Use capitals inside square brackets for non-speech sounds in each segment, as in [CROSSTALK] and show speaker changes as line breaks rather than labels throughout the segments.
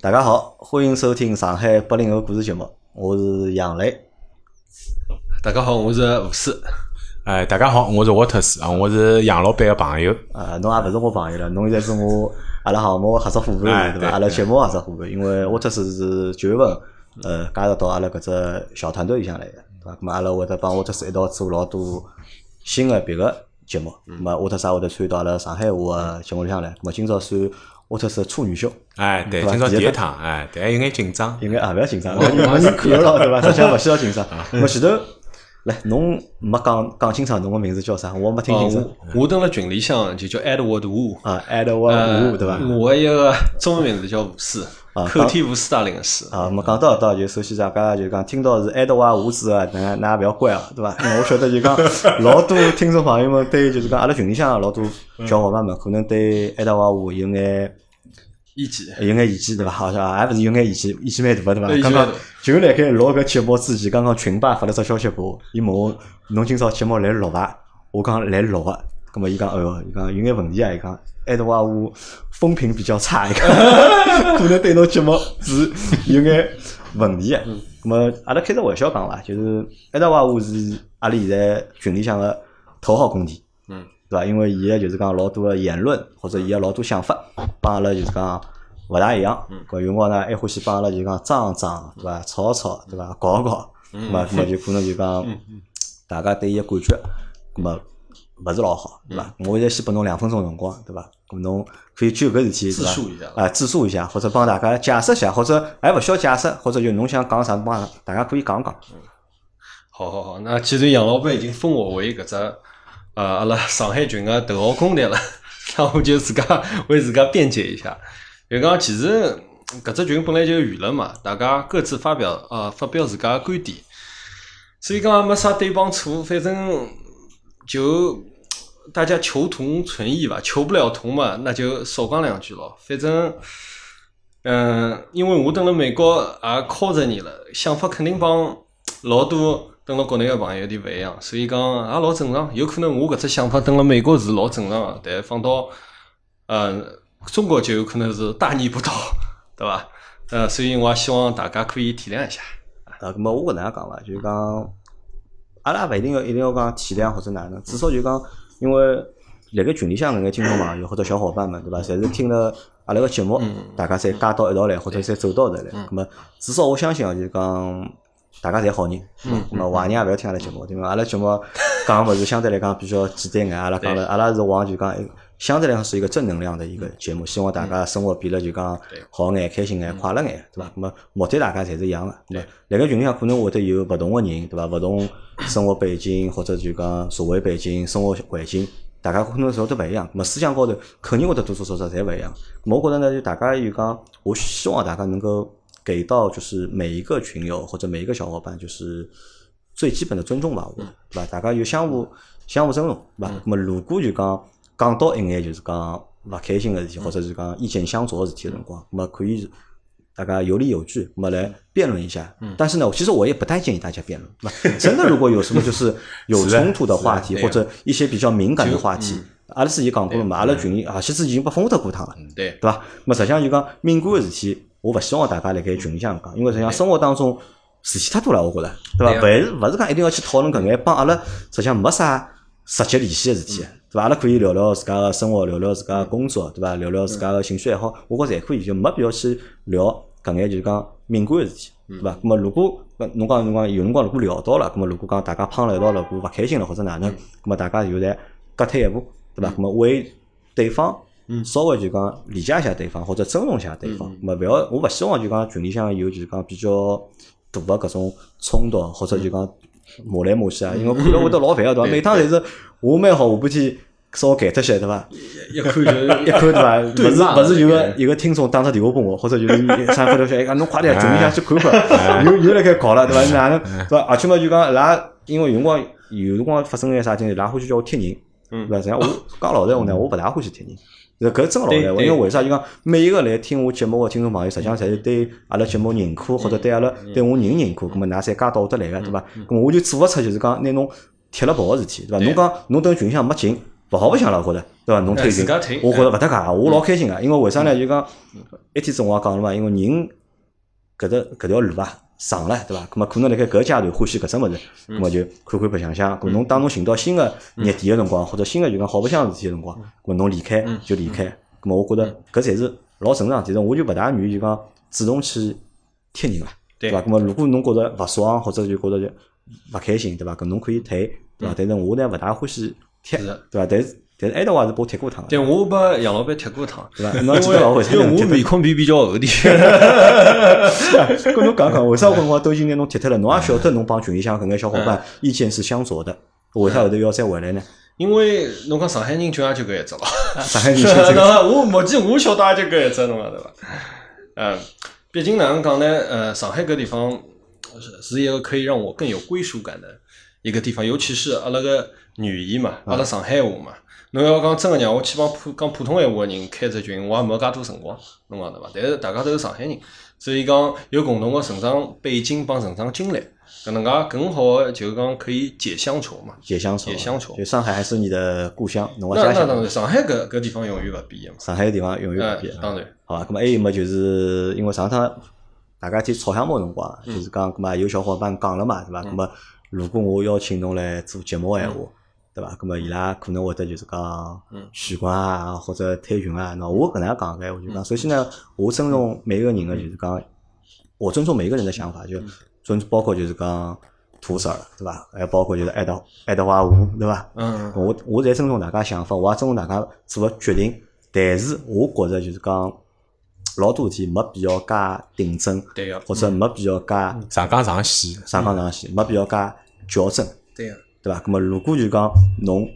大家好，欢迎收听上海八零后故事节目，我是杨磊。
大家好，我是吴师。
哎，大家好，我是沃特斯啊，我是杨老板个朋友。
啊，侬也勿是我朋友了，侬现在是我阿拉项目合作伙
哎
伴，对伐？
对
阿拉节目合作伙伴，因为沃特斯是九月份呃加入到阿拉搿只小团队里向来个，对伐？咁阿拉会得帮沃特斯一道做老多新个别个节目，咁么沃特斯也会得参与到阿拉上海话个节目里向来。咁么今朝算沃特斯的处女秀，
哎，对，
对吧
今朝
第
第
一
一
趟
趟，哎，对，还有眼紧张。
应该也勿要紧
哦
张，侬
啊
侬人看得到 [LAUGHS] 对伐？实际上勿需要紧张。咁么前头来，侬没讲讲清爽侬个名字叫啥？我没听
哦
清爽。，
我我蹲辣群里向就叫 Edward Wu，
啊，艾德沃
呃
伍，对伐？
我一个中文名字叫吴师
啊，
口天吴师大林个师。
啊，我们讲到到就首先大家就讲听到是爱德华五子啊，那那也不要怪啊，对伐？因为我晓得就讲老多听众朋友们对就是讲阿拉群里向老多小伙伴们可能对爱德华五有眼
一级，
有眼意见对伐？好像也勿是有眼意见，意见蛮大的对
对意
伐？刚
见蛮
刚
大
就辣盖录搿节目之前，刚刚群爸发了只消息拨我，伊问我侬今朝节目来录伐？我讲来录个，葛末伊讲哎哟，伊讲有眼问题啊，伊讲爱德华我风评比较差，伊
[LAUGHS]
讲可能对侬节目是有眼问题个。啊
嗯
葛末阿拉开只玩笑讲伐，就是爱德华我是阿拉现在群里向个头号公敌。
嗯，
对伐？因为伊个就是讲老多个言论或者伊个老多想法，帮阿拉就是讲勿大一样。
嗯
搿有辰光呢，还欢喜帮阿拉就是讲争争，对伐？吵吵，对伐？搞搞，
嗯
咁么咁么就可能就讲大家对伊个感觉，咁么勿是老好，对
嗯
伐？我现在先拨侬两分钟辰光，对伐？咁侬可以就搿事体，
自
对伐
述一下
啊，自述一下，或者帮大家解释一下，或者还勿需要解释，或者就侬想讲啥，帮大家可以讲讲。
好好好，那既然杨老板已经封我为搿只呃阿拉上海群个头号公敌了， [LAUGHS] 那我就自家为自家辩解一下。就讲其实搿只群本来就有舆论嘛，大家各自发表呃发表自家个观点，所以讲也没啥对帮错，反正就大家求同存异吧，求不了同嘛，那就少讲两句咯，反正。嗯，因为我等了美国也靠着你了，想法肯定帮老多等了国内个朋友有点勿一样，所以讲也老正常。有可能我搿只想法等了美国是老正常个，但放到呃中国就有可能是大逆不道，对伐？
嗯
呃，所以我也希望大家可以体谅一下。
啊，咁么我搿能样讲伐，就是讲，阿拉勿一定要一定要讲体谅或者哪能，至少就讲，因为辣盖群里向搿眼听众朋友或者小伙伴们，对伐，侪是听了阿拉个节目，大家侪加到一道来，或者侪走到一道来，咁么至少我相信啊，就是讲。大家侪好人，
嗯
咁么坏人也勿要听阿拉节目，对伐？阿拉节目讲物事相对来讲比较简单眼，阿拉讲了，阿拉是往就讲相对来讲是一个正能量的一个节目，希望大家生活变得就讲
对
好眼、开心眼、快乐眼，对伐？咁么目的大家侪是一样个，对伐？辣盖群里向可能会得有勿同个人，对伐？勿同生活背景或者就讲社会背景、生活环境，大家可能稍得勿一样，咁么思想高头肯定会得多多少少侪勿一样。咁我觉得呢，就大家就讲，我希望大家能够给到就是每一个群友或者每一个小伙伴，就是最基本的尊重吧，
嗯
我觉得对吧？大家有相互相互尊重，对吧？那么如果就讲讲到一眼就是讲勿开心个事
嗯
体，或者是讲意见相左个事体个辰光，那么可以大家有理有据，那么来辩论一下。
嗯
但是呢，其实我也不太建议大家
[LAUGHS]
辩论，对吧？真的，如果有什么就是有
是的
冲突的话题，
是的
或者一些比较敏感的话题
就嗯，
阿拉自己讲过了嘛，阿拉群里啊而且之前已经被封得过趟了。
对，
对伐？那么实际上就讲敏感个事体，我勿希望大家辣盖群里向讲，因为实际上生活当中事体太多了，我觉着，对伐？勿
对
是勿是讲一定要去讨论搿眼帮阿拉实际上没啥直接联系个事体，对伐？阿拉可以聊聊自家个生活，聊聊自家个工作，对伐？聊聊自家个兴趣爱好，我觉着侪可以，就没必要去聊搿眼就是讲敏感个事体，对伐？那么如果呃侬讲侬讲有辰光如果聊到了，那么如果讲大家胖了一道了，如果勿开心了或者哪能，那么大家就来各退一步，对伐？那么为对方稍微就讲理解一下对方，或者尊重一下对方。咁么勿要，我勿希望就讲群里向有就是讲比较大个搿种冲突，或者就讲骂来骂去啊，因为看了会得老烦个对伐？
对
每趟侪是我蛮好，下半天稍微改脱些对伐？
一看就
一看对伐？
对
勿是
骂
勿是有个
对
有个听众打只电话拨我，或者就是啥发条消息，哎讲侬快点群里向去看 [LAUGHS] 看，又又辣盖搞了对伐？哪能对伐？而且嘛就讲伊拉因为有辰光有辰光发生眼啥事体，伊拉欢喜叫我贴人，对
嗯
伐？实际上我讲老实闲话呢，我勿大欢喜贴人。搿搿真个老实闲话，
对对
因为为啥？就讲每一个来听我节目个听众朋友，实际上侪是对阿拉节目认可，或者对阿拉对我人认可，葛末㑚侪加到我得啊来个，对伐？葛末我就做勿出就是讲拿侬贴了跑个事体，对伐？
对哎
侬讲侬等群里向没劲，勿好白相了，我觉着，对伐？侬退群
自家退，
我觉着勿搭界，我老开心个，啊
嗯
因为为啥呢？就讲一天子我也讲了嘛，因为人搿只搿条路啊。长了，对伐？咁么可能辣盖搿阶段欢喜搿只物事，
嗯
咁么就看看白相相。咁侬当侬寻到新个热点个辰光，或者新个就讲好白相个事体个辰
嗯
光，咁么侬离开就离开。咁么我觉着搿才是老正常。但是我就勿大愿意就讲主动去贴人了。
对
伐？咁么如果侬觉着勿爽，或者就觉着就勿开心，对伐？搿侬可以退，对伐？但是我呢勿大欢喜贴，
嗯是
对伐？
的
但是但是埃搭我也是拨我贴过趟的，
对，我把杨老板踢过趟，
对伐？ [LAUGHS]
因
侬
为
记得伐？为啥
因为
侬
我
贴？
面孔皮比较厚点，
跟侬讲讲，为啥我辰光都已经拿侬踢脱了？
啊
侬也晓得侬帮群里向搿眼小伙伴意见是相左的，为啥后头要再回来呢？
[LAUGHS] 因为侬讲上海人就也就搿一只咯。
上海人现
[LAUGHS] 是
在
那我目前我晓得也就搿一只侬讲对伐？嗯，毕竟哪能讲呢？呃，上海搿地方是是一个可以让我更有归属感的一个地方，尤其是阿拉个语言嘛，
嗯
阿拉上海话嘛。侬要讲真个让我去帮普讲普通闲话个人开只群，我也没介多辰光，侬讲对伐？但是大家都是上海人，所以讲有共同个成长背景帮成长经历，搿能介更好的就是讲可以解乡愁嘛。
也相愁，
也相愁
就上海还是你的故乡，侬个
那
家
那当然，
乡。
上海搿搿地方永远勿变个嘛。
上海个地方永远
呃
不变，。啊
当然。
好吧，咁么还有么？就是因为上趟大家去吵相骂辰光，就是讲，咁么有小伙伴讲了嘛，对伐？咁么如果我邀请侬来做节目个闲话，对伐？咁么伊拉可能会得就是讲
嗯
取关啊，或者退群啊。喏，我搿能样讲个，我就讲，首先呢，我尊重每一个人个，就是讲，我尊重每一个人的想法，就尊包括就是讲土色儿，对伐？还有包括就是爱德爱德华吴，对伐？
嗯，
我我侪尊重大家想法，我也尊重大家做个决定，但是我觉着就是讲，老多事体没必要加定争，
对嗯个，
或者没必要加
上纲上线，
上纲上线，没必要加矫正，
对个，
对伐？那么如果就讲侬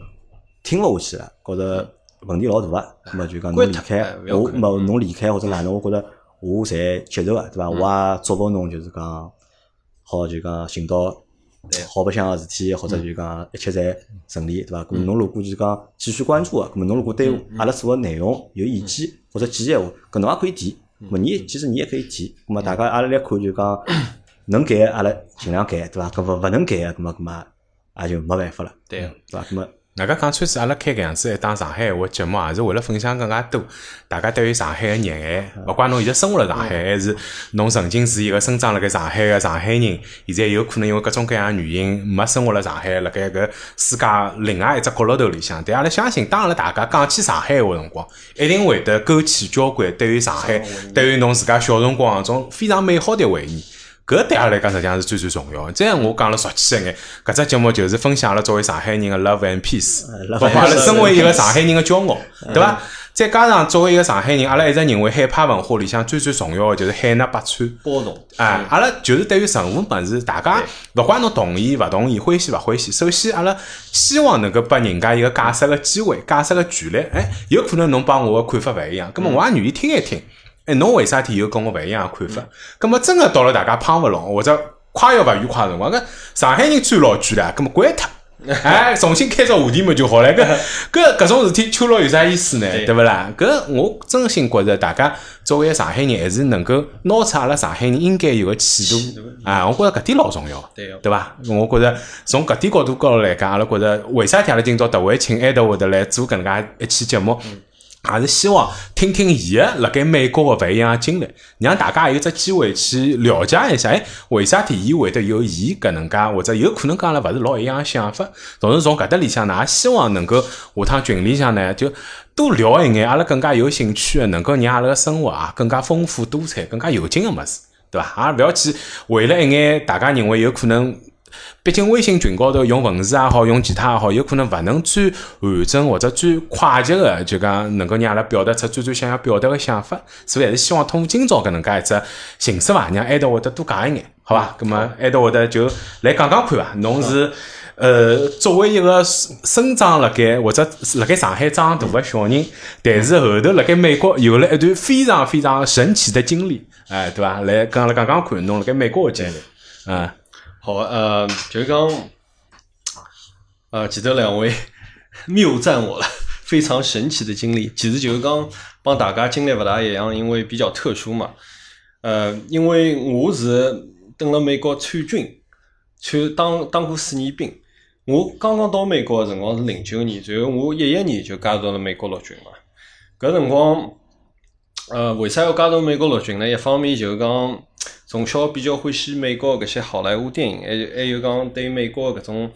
听勿下去了，觉着问题老大个，那么就讲侬
关
离
脱
开
哎勿，要
我
管
没侬离开或者哪能，我觉着我侪接受个，对
嗯
伐？我也祝福侬就是讲，好就讲寻到
对嗯
好白相个事体，或者就讲一切侪顺利，对伐？咁么侬如果就讲继续关注个，咁么侬如果
嗯
对阿拉做个内容有意见或者建议个话，搿侬也可以提。
嗯
咁么你也其实你也可以提，咁么大家阿拉来看就讲能改的阿拉尽量改，对伐？搿勿勿能改个，咁么咁么也就没办法了，
对
嗯对伐？咁么
外加讲穿是阿拉开搿样子一档上海话节目，啊也是为了分享更加多大家对于上海个热爱。勿管侬现在生活辣上海，还是侬曾经是一个生长辣盖上海个上海人，现在有可能因为各种各样的原因没生活辣上海，辣盖搿世界另外一只角落头里向。但阿拉相信，当阿拉大家讲起上海闲话的辰光，一定会得勾起交关对于上海
上海回忆、
对于侬自家小辰光搿啊种非常美好的回忆。搿对阿拉来讲，实际上是最最重要的。这样我讲了俗气一眼，搿只节目就是分享阿拉作为上海人的 love and peace，
呃
[LAUGHS]
love
包括
and
阿拉身为一个上海人的骄傲，对伐？再加上作为一个上海人，阿拉一直认为海派文化里向最最重要的就是海纳百川。
包容，
哎，阿拉就是对于任何物事，大家勿管侬同意勿同意，欢喜勿欢喜，首先阿拉希望能够拨人家一个解释个机会，解释个权利。哎，有可能侬帮我个看法勿一样，葛末我也愿意听一听。哎，侬为啥体有跟我勿一样个看法？葛末真个到了大家胖勿拢或者快要勿愉快个辰光，搿上海人最老句了，葛末关脱。 [LAUGHS] 哎，重新开只话题么就好了。
[LAUGHS]
搿搿搿种事体，秋老有啥意思呢？
对
对勿啦？搿我真心觉着，大家作为上海人，还是能够拿出阿拉上海人应该有个气
气
度
度
啊！我觉着搿点老重要，
嗯对个，
对伐？我觉着从搿点角度高头来讲，阿拉觉着为啥体阿拉今朝特为请埃德会得来做搿能介一期节目？
嗯
也是希望听听伊个辣盖美国个勿一样个经历，让大家有只机会去了解一下，哎，为啥体伊会得有伊搿能介，或者有可能讲了勿是老一样个想法。同时从搿搭里向呢，也希望能够下趟群里向呢，就多聊一眼阿拉更加有兴趣个，能够让阿拉个生活啊更加丰富多彩、更加有劲个物事，对伐？也勿要去为了一眼大家认为有可能毕竟微信群高头用文字也好，用其他也好，有可能勿能最完整或者最快捷个，就讲能够让阿拉表达出最最想要表达个想法。所以还是希望通过今朝搿能介一只形式伐，让埃德会得多讲一眼，好伐？咁么埃德会得就来讲讲看伐，侬是。呃，作为一个生生长辣盖或者辣盖上海长大个小人，但是后头辣盖美国有了一段非常非常神奇的经历，哎，对伐？来跟阿拉讲讲看，侬辣盖美国个经历，嗯，
好，呃，就是讲，呃，其实两位 [LAUGHS] 谬赞我了， [LAUGHS] 非常神奇的经历。其实就是讲帮大家经历勿大一样，因为比较特殊嘛。呃，因为我是蹲辣美国参军，参当当过四年兵，我刚刚到美国个辰光是零九年，然后我一一年就加入了美国陆军嘛。搿辰光，呃，为啥要加入美国陆军呢？一方面就是讲从小比较欢喜美国搿些好莱坞电影，还还有讲对美国搿种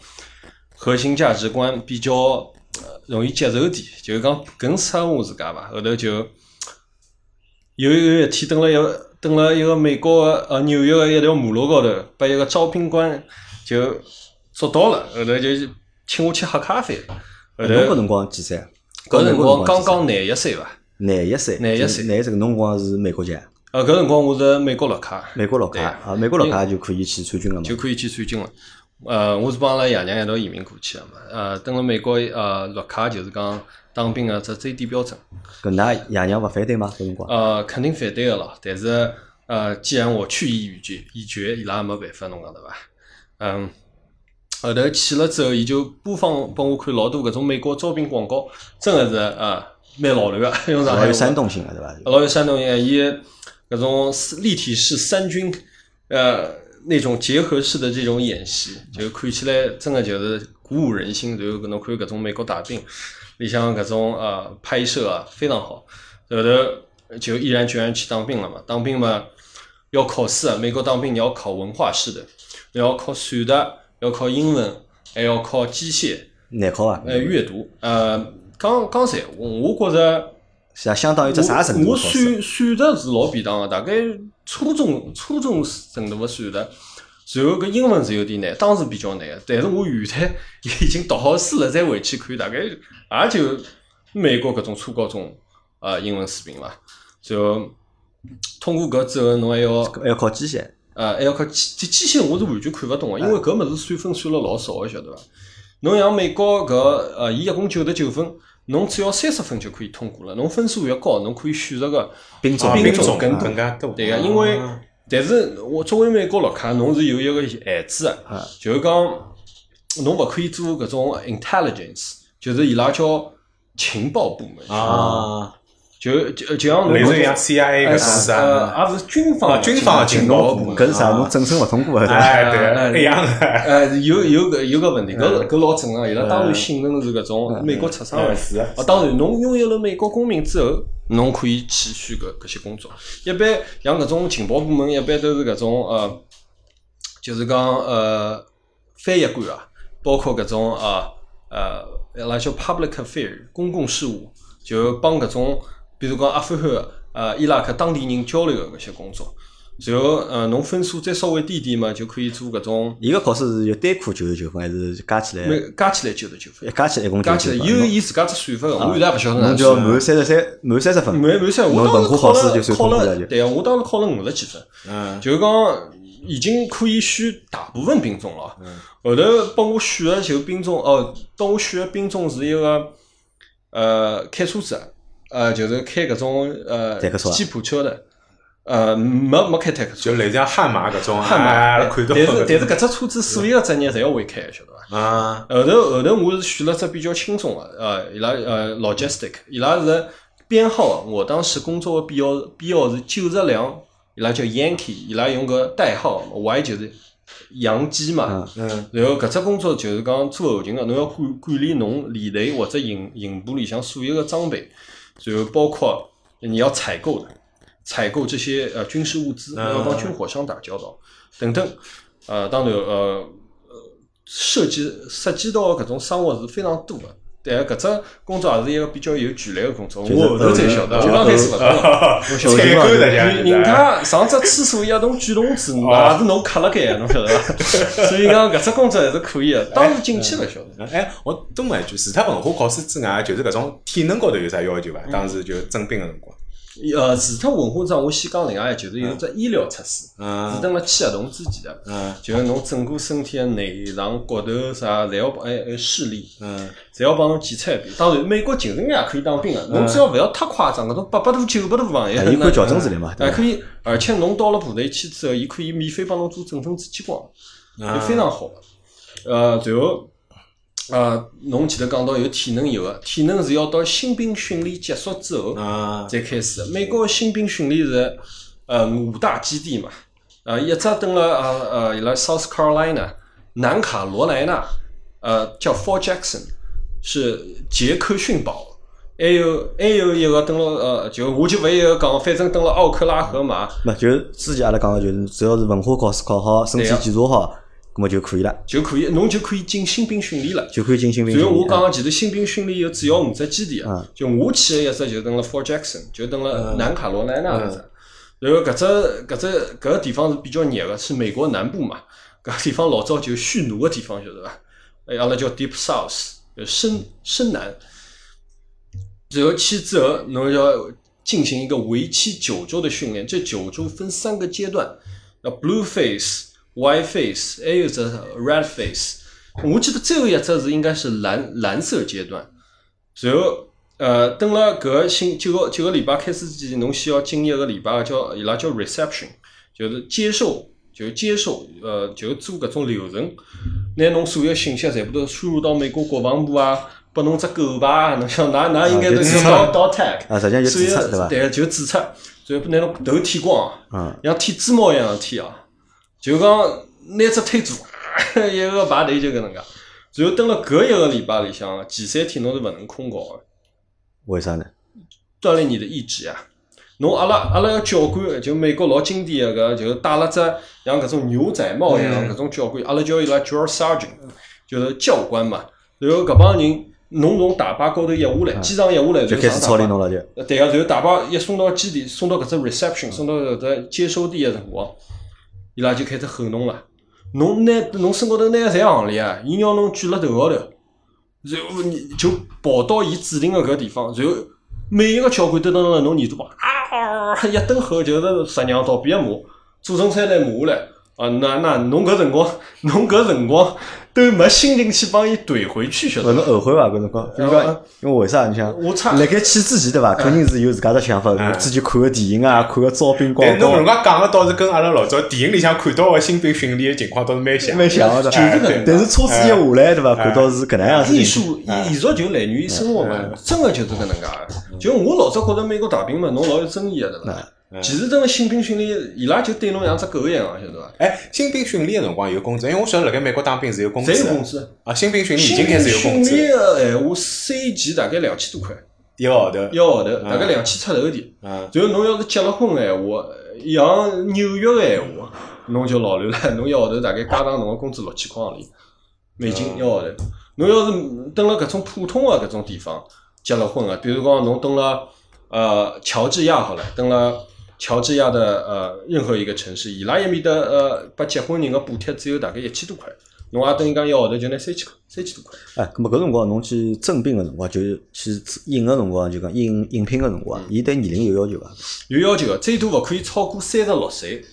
核心价值观比较呃容易接受点，就是讲更适合我自家吧。后头就有有一天，蹲了一个蹲了一个美国的呃纽约的一条马路高头，被一个招聘官就捉到了，后头就请我吃黑咖啡。后
哎侬
头
搿辰光几岁？
搿辰光刚
几岁
刚廿一岁伐？
廿一岁，
廿一岁
廿一岁搿辰光是美国籍，
呃，搿辰光我是美国绿卡，
美国绿
对
卡啊，美国绿卡就可以去参军了嘛
就。可以去参军了。呃，我是帮阿拉爷娘一道移民过去的嘛。呃，等了美国呃绿卡就是讲当兵的只最低标准。
搿㑚爷娘勿反对吗？搿辰光
呃，肯定反对个咯。但是呃，既然我去意已决，已决，伊拉也没办法，侬讲对伐？嗯，后头去了之后，伊就播放拨我看老多搿种美国招聘广告，真个是呃蛮老乱个， [LAUGHS] 用上海
老
话
有煽动性个对伐？
老有山东人，伊搿种立体式三军，呃，那种结合式的这种演戏，就看起来真的就是鼓舞人心。然后搿侬看搿种美国大兵，里向搿种呃拍摄啊非常好，后头就毅然决然去当兵了嘛。当兵嘛要考试啊，美国当兵你要考文化式的，你要考数的，要考英文，还要考机械，
难考啊，
呃，阅读，呃，讲讲实闲话，我觉着。
像啊相当于只啥程度
我
的考试？
算算的是老便当个，大概初中初中程度个算的。然后搿英文是有点难，当时比较难的，但是我原来已经读好书了，再回去看，大概也就美国搿种初高中啊、呃英文水平伐。然后通过搿之后，侬还要
还要考机械，
呃，还要靠机机械，我是完全看勿懂个，因为搿物事算分算了老少个，晓得伐？侬像美国搿呃，伊一共九十九分，侬只要三十分就可以通过了。侬分数越高，侬可以选择个
兵种
啊
兵
兵
种
种
更
更加多。
对个，因为
啊
但是我作为美国绿卡，侬是有一个限制个
啊，
就是讲侬勿可以做搿种 intelligence，就是伊拉叫情报部门，
啊，
就就就像侬
类似
搿
像
种
CIA
呃
个事啊，
呃，也是军方
啊军方的
情
情
报
报
部门，
搿是啥？侬正身勿通过的对伐？
哎
啊哎
对，一样的
呃，有有个有个问题，搿搿老正常。伊拉当然信任是搿种美国出生的
嗯是的
啊，当然，侬拥有了美国公民之后，侬可以去选搿搿些工作。一般像搿种情报部门，一般都是搿种呃，就是讲呃翻译官啊，包括搿种啊呃，阿拉叫 public affair 公共事务，就帮搿种比如讲阿富汗呃伊拉克当地人交流的搿些工作。然后，呃，侬分数再稍微低点嘛，就可以做搿种
伊个考试是有单科九十九分，还是加起来
每加起来九十九分
一，加起来一共
加
九十
起来
九
有
分？
伊自家只算法个，我现在也勿晓得
侬
哪
就要
算。
满三十三满三十分，
没没算，我
侬
当
文
时
科
考
考试就
了
算
考
通过
了
了，就。
对啊个，我当时考了五十几分，
嗯，
就是讲已经可以选大部分兵种了。
嗯
后头帮我选个就兵种，哦，帮我选个兵种是一个呃开车子的，呃就是开搿种呃
坦克车啊
吉普车的，呃没没开坦克车，
就类似像悍马搿种，
悍马
哎
哎
看到
但是
过
但是搿只车子所有个职业侪要会开的，晓得伐？
啊，
后头后头我是选了只比较轻松的，呃，伊拉呃 logistic，伊拉是编号的，我当时工作的编号编号是九十辆，伊拉叫 Yankee，伊拉用个代号 Y 就是洋基嘛。
嗯，
然后搿只工作就是讲做后勤啊个，侬要管管理侬连队或者营营部里向所有的装备，然后包括你要采购的，采购这些呃军事物资，
嗯
要帮军火商打交道等等。呃，当然呃，呃涉及涉及到搿种生活是非常多的。但搿只工作也是一个比较有权力的工作，我
就是
后头才晓得，
呃
我刚开始勿 [LAUGHS] 懂。
小
采
地方
购的
人人家啊上只厕所一栋卷笼子，
哦
也是侬卡了盖，啊侬晓得伐？所以讲搿只工作还是可以的。当时进去勿晓得，
哎，我多问一句，除脱文化考试之外，就是搿种体能高头有啥要求伐？当时就征兵个辰光，
呃，除脱文化上，我先讲另外一个，就是有只医疗测试，是
嗯
等辣签合同之前的，
嗯
就是侬整个身体的内脏、骨头啥，侪要帮还还视力，
嗯，
侪要帮侬检测一遍。当然，美国情人也可以当兵个，侬只要勿要太夸张，搿种八百度、九百度防疫，
啊伊管矫正视力嘛，
哎，
对伐？
可以，而且侬到了部队去之后，伊可以免费帮侬做正分子激光，
啊
就非常好。呃，然后，呃，侬前头讲到有体能有个，体能是要到新兵训练结束之后
啊，
再开始的。美国的新兵训练是呃五大基地嘛，呃，一只蹲了呃呃伊拉 South Carolina 南卡罗来纳，呃，叫 Four Jackson，是杰克逊堡。还有还有一个登了呃，就我就勿一个讲，反正登了奥克拉荷马，
那就之前阿拉讲个，就是只要是文化考试考好，身体
对啊
检查好，咁么就可以了，
就可以，侬就可以进新兵训练了。
就可以进新兵
然
训
后
练。
我讲个，其实新兵训练有主要五只基地啊
啊嗯，
就我去的一只就登了 Fort Jackson，就登了南卡罗来纳搿只。然后搿只搿只搿个地方是比较热个，是美国南部嘛。搿地方老早就蓄奴个地方，晓得伐？哎，阿拉叫 Deep South，就深深南。然后去之后，侬要进行一个为期九周的训练，这九周分三个阶段，那 Blue Face、White Face，还有一只 Red Face。我记得最后一只是应该是蓝蓝色阶段，然后呃，等了搿个星九个九个礼拜开始之前，侬先要经历一个礼拜叫伊拉叫 reception，就是接受，就是接受，呃，就是做搿种流程，拿侬所有信息全部都输入到美国国防部啊，拨侬只狗牌啊，侬想㑚㑚应该都
就注
是
册
到到 tag，
啊，实际上就
所以
注册对伐？
对，就注册，然后拿侬头剃光啊。
嗯，
像剃猪毛一样剃啊，就讲拿只推子 [LAUGHS] 一个排队就搿能介。然后蹲了搿一个礼拜里向，啊前三天侬是勿能困觉的，
为啥呢？
锻炼你的意志呀。侬阿拉阿拉个教官，就美国老经典个搿，就是戴了只像搿种牛仔帽一样
嗯
搿种教官，阿拉叫伊拉 drill sergeant，就是教官嘛。然后搿帮人，侬从大巴高头一下来，机场一下来，
嗯就
就
开
上
始
大
操
巴
练侬了就。
呃对个，然后大巴一送到基地，送到搿只 reception，送到搿只接收地个辰光，伊拉就开始吼侬了。侬拿侬身高头拿个侪行李啊，伊要侬举辣头高头，然后你就跑到伊指定个搿地方，然后每一个教官都蹲辣侬耳朵旁啊，一顿吼就是十娘倒闭个骂，做成山来骂下来。啊，那那侬搿辰光，侬搿辰光都没心情去帮伊怼回去，晓
勿
得伐？
侬后悔伐？搿辰光，因为
嗯
讲因为为啥？你想，
我差哎
辣盖去之前对伐？肯定是有自家的想法，
嗯
自己看个电影啊，看个招
哎
兵广
但侬
告
人，家讲个倒是跟阿拉老早电影里向看到个新兵训练的情况倒是蛮像。
蛮像个
就是搿能
对
介
伐。但是车子一下来对伐？
哎
看到是搿能样子
艺
情况。
术
嗯
艺术就来源于生活嘛，真个就是搿能介个。就我老早觉着美国大兵嘛，侬老有争议个对伐？
嗯
其实真个新兵训练，伊拉就对侬像只狗一样个，晓得伐？
哎，新兵训练个辰光有工资，因为我晓得辣盖美国当兵是有工资
侪有工
的。
资，
啊，新兵训练已
新
经
兵
开始有工
训
资，
练个闲话，三期大概两千多块
一个号头。
一个号头，大概两千出头点。
嗯，
然后侬要是结了婚个哎闲话，像纽约个闲话，侬就老流了， [LAUGHS] 侬一个号头大概加上侬个工资六千块行钿，美金一个号头。侬要是蹲了搿种普通个搿种地方结了婚个，啊比如讲侬蹲了呃乔治亚好了，蹲了乔治亚的呃任何一个城市，伊拉埃面搭呃拨结婚人个补贴只有大概一千多块，侬也等于讲一个号头就拿三千块，三千多块。
哎，咁么搿辰光侬去征兵个辰光，就是去应个辰光，就讲应应聘个辰光，伊对年龄有要求伐？
有要求个，最多勿可以超过三十六岁，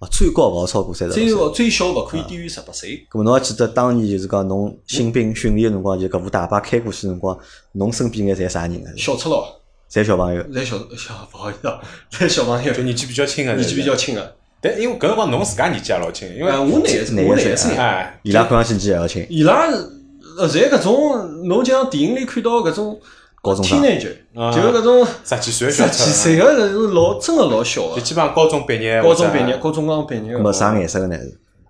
啊，最高勿好超过三十
最
岁。
少最小勿可以低于十八岁。
咁么侬还记得当年就是讲侬新兵训练个辰光，就搿部大巴开过去个辰光，侬身边应该侪啥人啊？
小赤佬。
侪小朋友。
在小 [LAUGHS] 小不好意思， [LAUGHS] 啊，在小朋友
就年纪比较轻个，
年纪比较，轻啊。
但因为搿辰光侬自家年纪也老轻，因为
啊，我廿
哪
岁，我
一
廿
岁
岁
啊
啊。
哎，
伊拉看上去年纪还要轻，
伊拉呃，侪搿种，侬就像电影里看到搿种
高中生
teenager，
啊
就是搿种
十几岁的
十
小
几
车，
岁个人是老真个老小
啊就
个，
基本上高中毕业，
高中毕业，，高中刚毕业
咁么
个，
啥颜色个呢？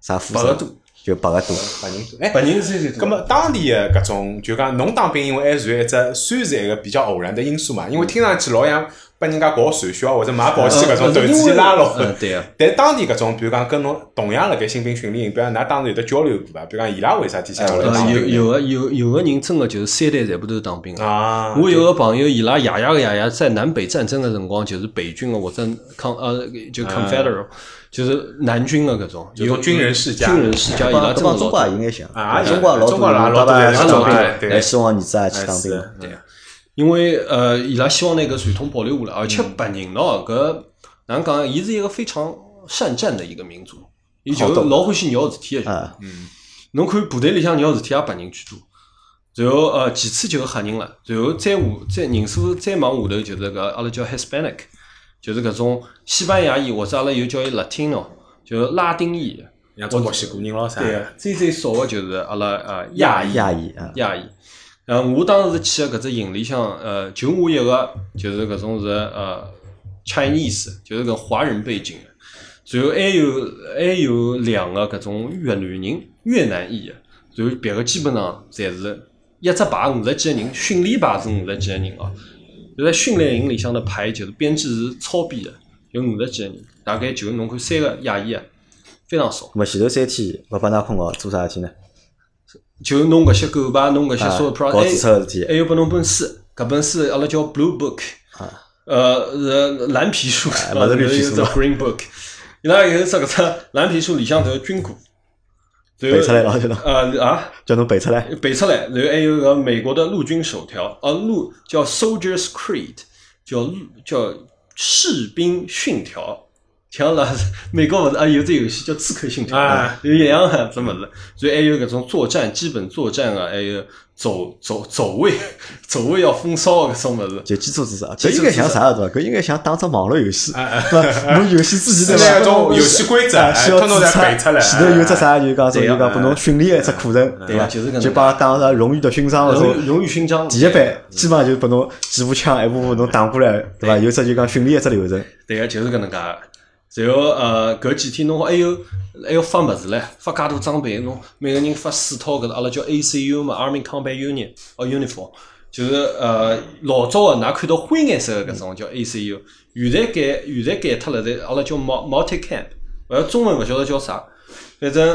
啥肤
白
色
个？多，
就白个多。
八年多。哎，
白人岁岁
咁么当地的搿种就讲侬当兵，因为还算一只算是一个比较偶然的因素嘛，因为听上去老像拨人家搞传销或者买保险搿
呃
种投机拉拢。
对
[LAUGHS]
啊，
但当地搿种，比如讲跟侬同样辣盖新兵训练营，比如讲㑚当时有得交流过伐？比如讲伊拉为啥体想要来当
呃，有
兵？
有个有有个人真个就是三代全部都是当兵个。
啊，
我有个朋友，伊拉爷爷个爷爷在南北战争的辰光，就是北军个或者抗呃就 Confederal，、就是南军个搿种，
就
有
种哎军人世家
军人世家，伊拉
帮
真
帮
的
中
老
国
大
也应该像
啊，
中国也
中国也
老
老
爸爸
多
去当
人
兵
当
了，
兵
哎希望儿子也去
哎
当
是
兵
的
了。
对啊，因为呃，伊拉希望拿搿传统保留下来，而且
嗯
白人咯，搿哪能讲？啊伊是一个非常善战的一个民族，伊就
好斗
老欢喜鸟事体个。
啊，
侬看部队里向鸟事体也白人居多，然后呃，其次就是黑人了，然后再下再人数再往下头就是搿阿拉叫 Hispanic，就是搿种西班牙裔或者阿拉又叫伊 Latino，就是拉丁裔。
像中国西古人咯啥？
个，最最少个就是阿拉呃
亚
啊亚
裔
裔
亚裔啊，
亚裔。呃，我当时去的搿只营里向，呃，就我一个就是搿种是呃 Chinese，就是搿华人背景的，然后还有还有两个搿种越南人，越南裔的，然后别个基本上侪是一只排五十几个人，训练排是五十几个人哦。就在训练营里向的排就是编制是超编的，有五十几个人，大概就侬看三个亚裔啊，非常少。
那么前头三天勿帮㑚困觉，做啥事体呢？
就弄搿些狗牌，弄搿些所有
啊
pro，
搞注册事体
还有拨侬本书，搿本书阿拉叫 Blue Book，
啊
呃 [LAUGHS] 是蓝皮书，
哎
勿
勿是绿皮
有
书
只 Green Book，伊拉有只搿只蓝皮书里向头有军鼓，然后
背出来了，就侬
呃啊
叫侬背出来。
背出来，然后还有个美国的陆军手条，呃陆叫 Soldiers Creed，叫陆叫士兵训条。像啦，美国勿是啊有只游戏叫《刺客信条》
啊，
有一样啊，这么子。所以还有搿种作战、基本作战啊，还有走走走位， [LAUGHS] 走位要风骚啊搿种物事。
就基础知识，哎
基
搿
础
应该
知
像
识
啥对伐？搿应该像打只网络游戏，对伐？侬游戏之前
是
对伐？
那种游戏规则
啊，需要
通通
注册
侪背出来。
前头有只啥就是讲，说
对呀
就讲拨侬训练一只课程，
对
哎对
呀
伐？
就是搿能
就帮侬打啥荣誉的勋章，
荣
说
誉荣誉勋章，
第一班基本上就是拨侬几步枪哎一步步侬打过来，对伐？有只就讲训练一只流程，
对个，就是搿能介个。然后呃，搿几天侬还有还要发物事唻，发介多装备，侬每个人发四套搿个，阿拉叫 ACU 嘛，Army Combat Unit 哦 uniform，就是呃老早个，㑚看到灰颜色个搿种叫 ACU，现在改现在改脱了，在阿拉叫 mul- multi camp，勿要中文勿晓得叫啥，反正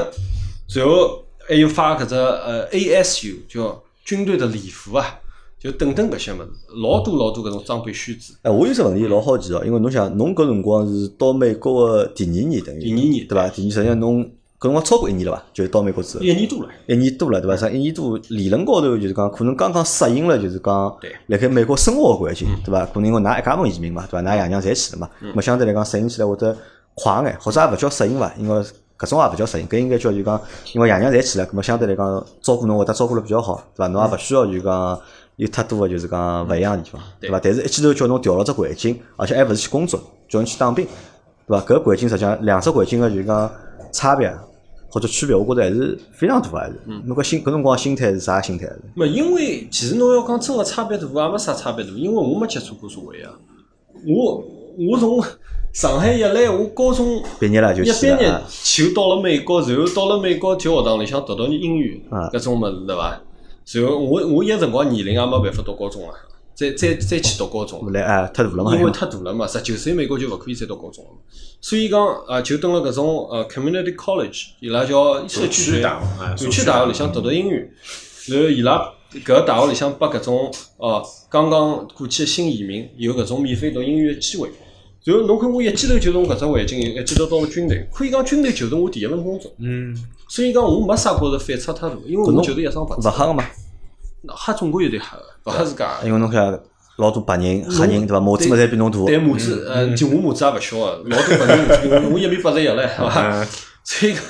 然后还有发搿只呃 ASU 叫军队的礼服啊，就等等搿些物事，老多老多搿种装备须知。
哎，我有只问题老好奇哦，因为侬想，侬搿辰光是到美国个第二年，等于
第二年
对伐？第二实际上侬搿辰光超过一年了伐？就是到美国之后
一年多了。
一年多了对伐？上一年多理论高头就是讲，可能刚刚适应了就是讲
对，
辣盖美国生活个环境对伐？可能因为㑚一家门移民嘛对伐？㑚爷娘侪去了嘛，咾么相对来讲适应起来会得快眼，或者也勿叫适应伐？因为搿种也勿叫适应，搿应该叫就讲，因为爷娘侪去了，咾么相对来讲照顾侬会得照顾了比较好对伐？侬也勿需要就讲。有太多个就是讲勿一样个地方，对伐？但是一记头叫侬调了只环境，而且还勿是去工作，叫侬去当兵，对伐？搿环境实际上两只环境个就是讲差别或者区别，我觉着还是非常大，还是。
嗯
侬搿心搿辰光心态是啥心态？
没，因为其实侬要讲真个差别大，也没啥差别大，因为我没接触过社会啊。我我从上海一来，我高中
毕业了就啊
一
去
毕业
了
就到了美国，然后到了美国就学堂里向读读英语
啊
搿种物事对伐？然后我我一辰光年龄也没办法读高中啊，再再再去读高中
啊，。来哎，太大了嘛，
因为太大了嘛，十九岁美国就勿可以再读高中了嘛，所以讲啊，就等了搿种呃 community college，伊拉叫社区
大学哎
社区大学里向读读英语，然后伊拉搿大学里向拨搿种呃刚刚过去的新移民有搿种免费读英语的机会。然后侬看我一记头就从搿只环境一记头到了军队，可以讲军队就是我第一份工作，
嗯，
所以讲我没啥觉着反差太大，因为我就是一张白
勿
纸，
黑个嘛，
那黑总归有点黑的，勿黑自家的。
因为侬看老多白人、黑人对伐？帽子嘛
对
侪比侬大，
对母子，呃，就我母子也勿小个，老多白人，我一米八十一唻，是
嗯
伐？ [LAUGHS] 所以讲，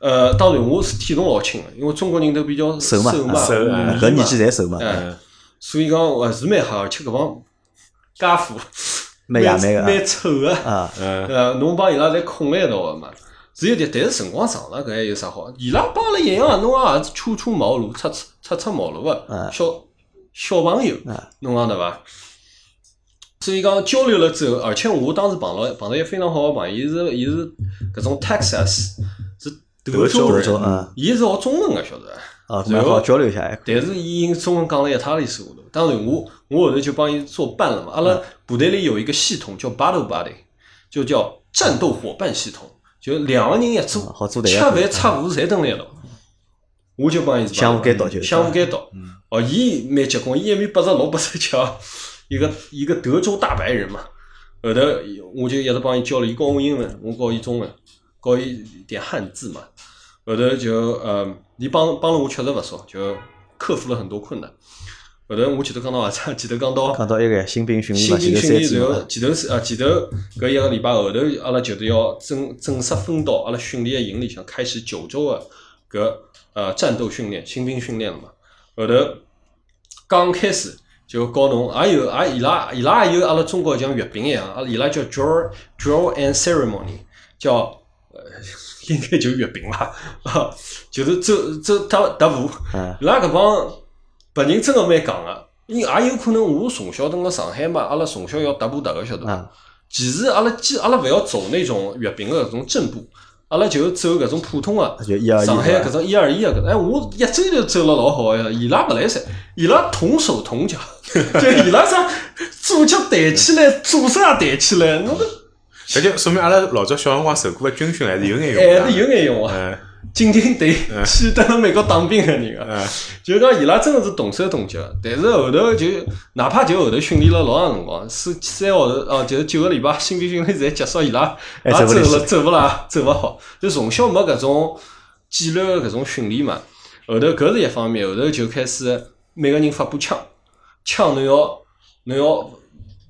呃，当然我是体重老轻个，因为中国人都比较
瘦嘛
嘛，
啊
瘦
嗯
啊
啊
嗯
搿年纪侪瘦嘛，
嗯
哎，所以讲我是蛮黑，而且搿帮家伙
蛮野蛮个
蛮丑个，
啊。
嗯，
呃，侬帮伊拉侪困辣一道个嘛。是有点，但是辰光长了，搿还有啥好？伊拉帮阿拉一样，侬也是初出茅庐、出出出出茅庐个
嗯
小小朋友
嗯，
侬讲对伐？所以讲交流了之后，而且我当时碰到碰到一个非常好个朋友，伊是伊是搿种 Texas，是德州
德州
人
嗯，
伊是学中文个晓得伐。
嗯
啊，蛮好交流一下，哎
但是伊中文讲了一塌里糊涂。当然我，我后头就帮伊做伴了嘛。阿拉
嗯
部队里有一个系统叫 Battle Buddy，就叫战斗伙伴系统，就两个人一组
啊好，组队
吃
啊
饭擦壶侪蹲辣一道。我就帮伊是
相互监督就是嗯
相互监督。哦，伊蛮结棍，伊一米八十六、八十七，一个一个德州大白人嘛。后头我就一直帮伊交流，伊教我英文，我教伊中文，教伊一点汉字嘛。后头就呃，伊帮帮了我确实勿少，就克服了很多困难。后头我前头讲到啊， [LAUGHS] 前头讲到
讲到一个新兵训练
新
嘛，
兵
前头
训
三
练，
天
然
嘛
后，前头是啊，前头搿一个礼拜后头，阿拉就是要正正式分到阿拉训练营里向开始九周个搿呃战斗训练、新兵训练了嘛。后头刚开始就教侬，也有也伊拉伊拉也有阿拉中国像阅兵一样，阿拉伊拉叫 draw draw and ceremony，叫呃 [LAUGHS] 应该就阅兵吧，啊，就是走走踏踏步。
嗯，
伊拉搿帮白人真个蛮戆个，因也有可能我从小蹲辣上海嘛，阿拉从小要踏步踏个晓得伐
啊？
其实阿拉既阿拉勿要走那种阅兵个搿种正步，阿拉就走搿种普通个、
啊就一二一
上海
对
搿
伐
种一二一个搿，哎，我一周就走了老好个，伊拉勿来塞，伊拉同手同脚，就伊拉啥左脚抬起来，左手也抬起来，侬搿
搿就说明阿拉老早小辰光受过个军训还是有眼用的。
还是有眼用啊。
嗯
进京队去登了美国当兵个人啊，
嗯，
就讲伊拉真个是动手动脚，但是后头就哪怕就后头训练了老长辰光，四三个号头哦，就是九个礼拜 [LAUGHS] 新兵训练侪结束，伊拉
还
也
走
走
不离
了走勿啦，走勿好，就从小没搿种纪律个搿种训练嘛。后头搿是一方面，后头就开始每个人发把枪，枪侬要侬要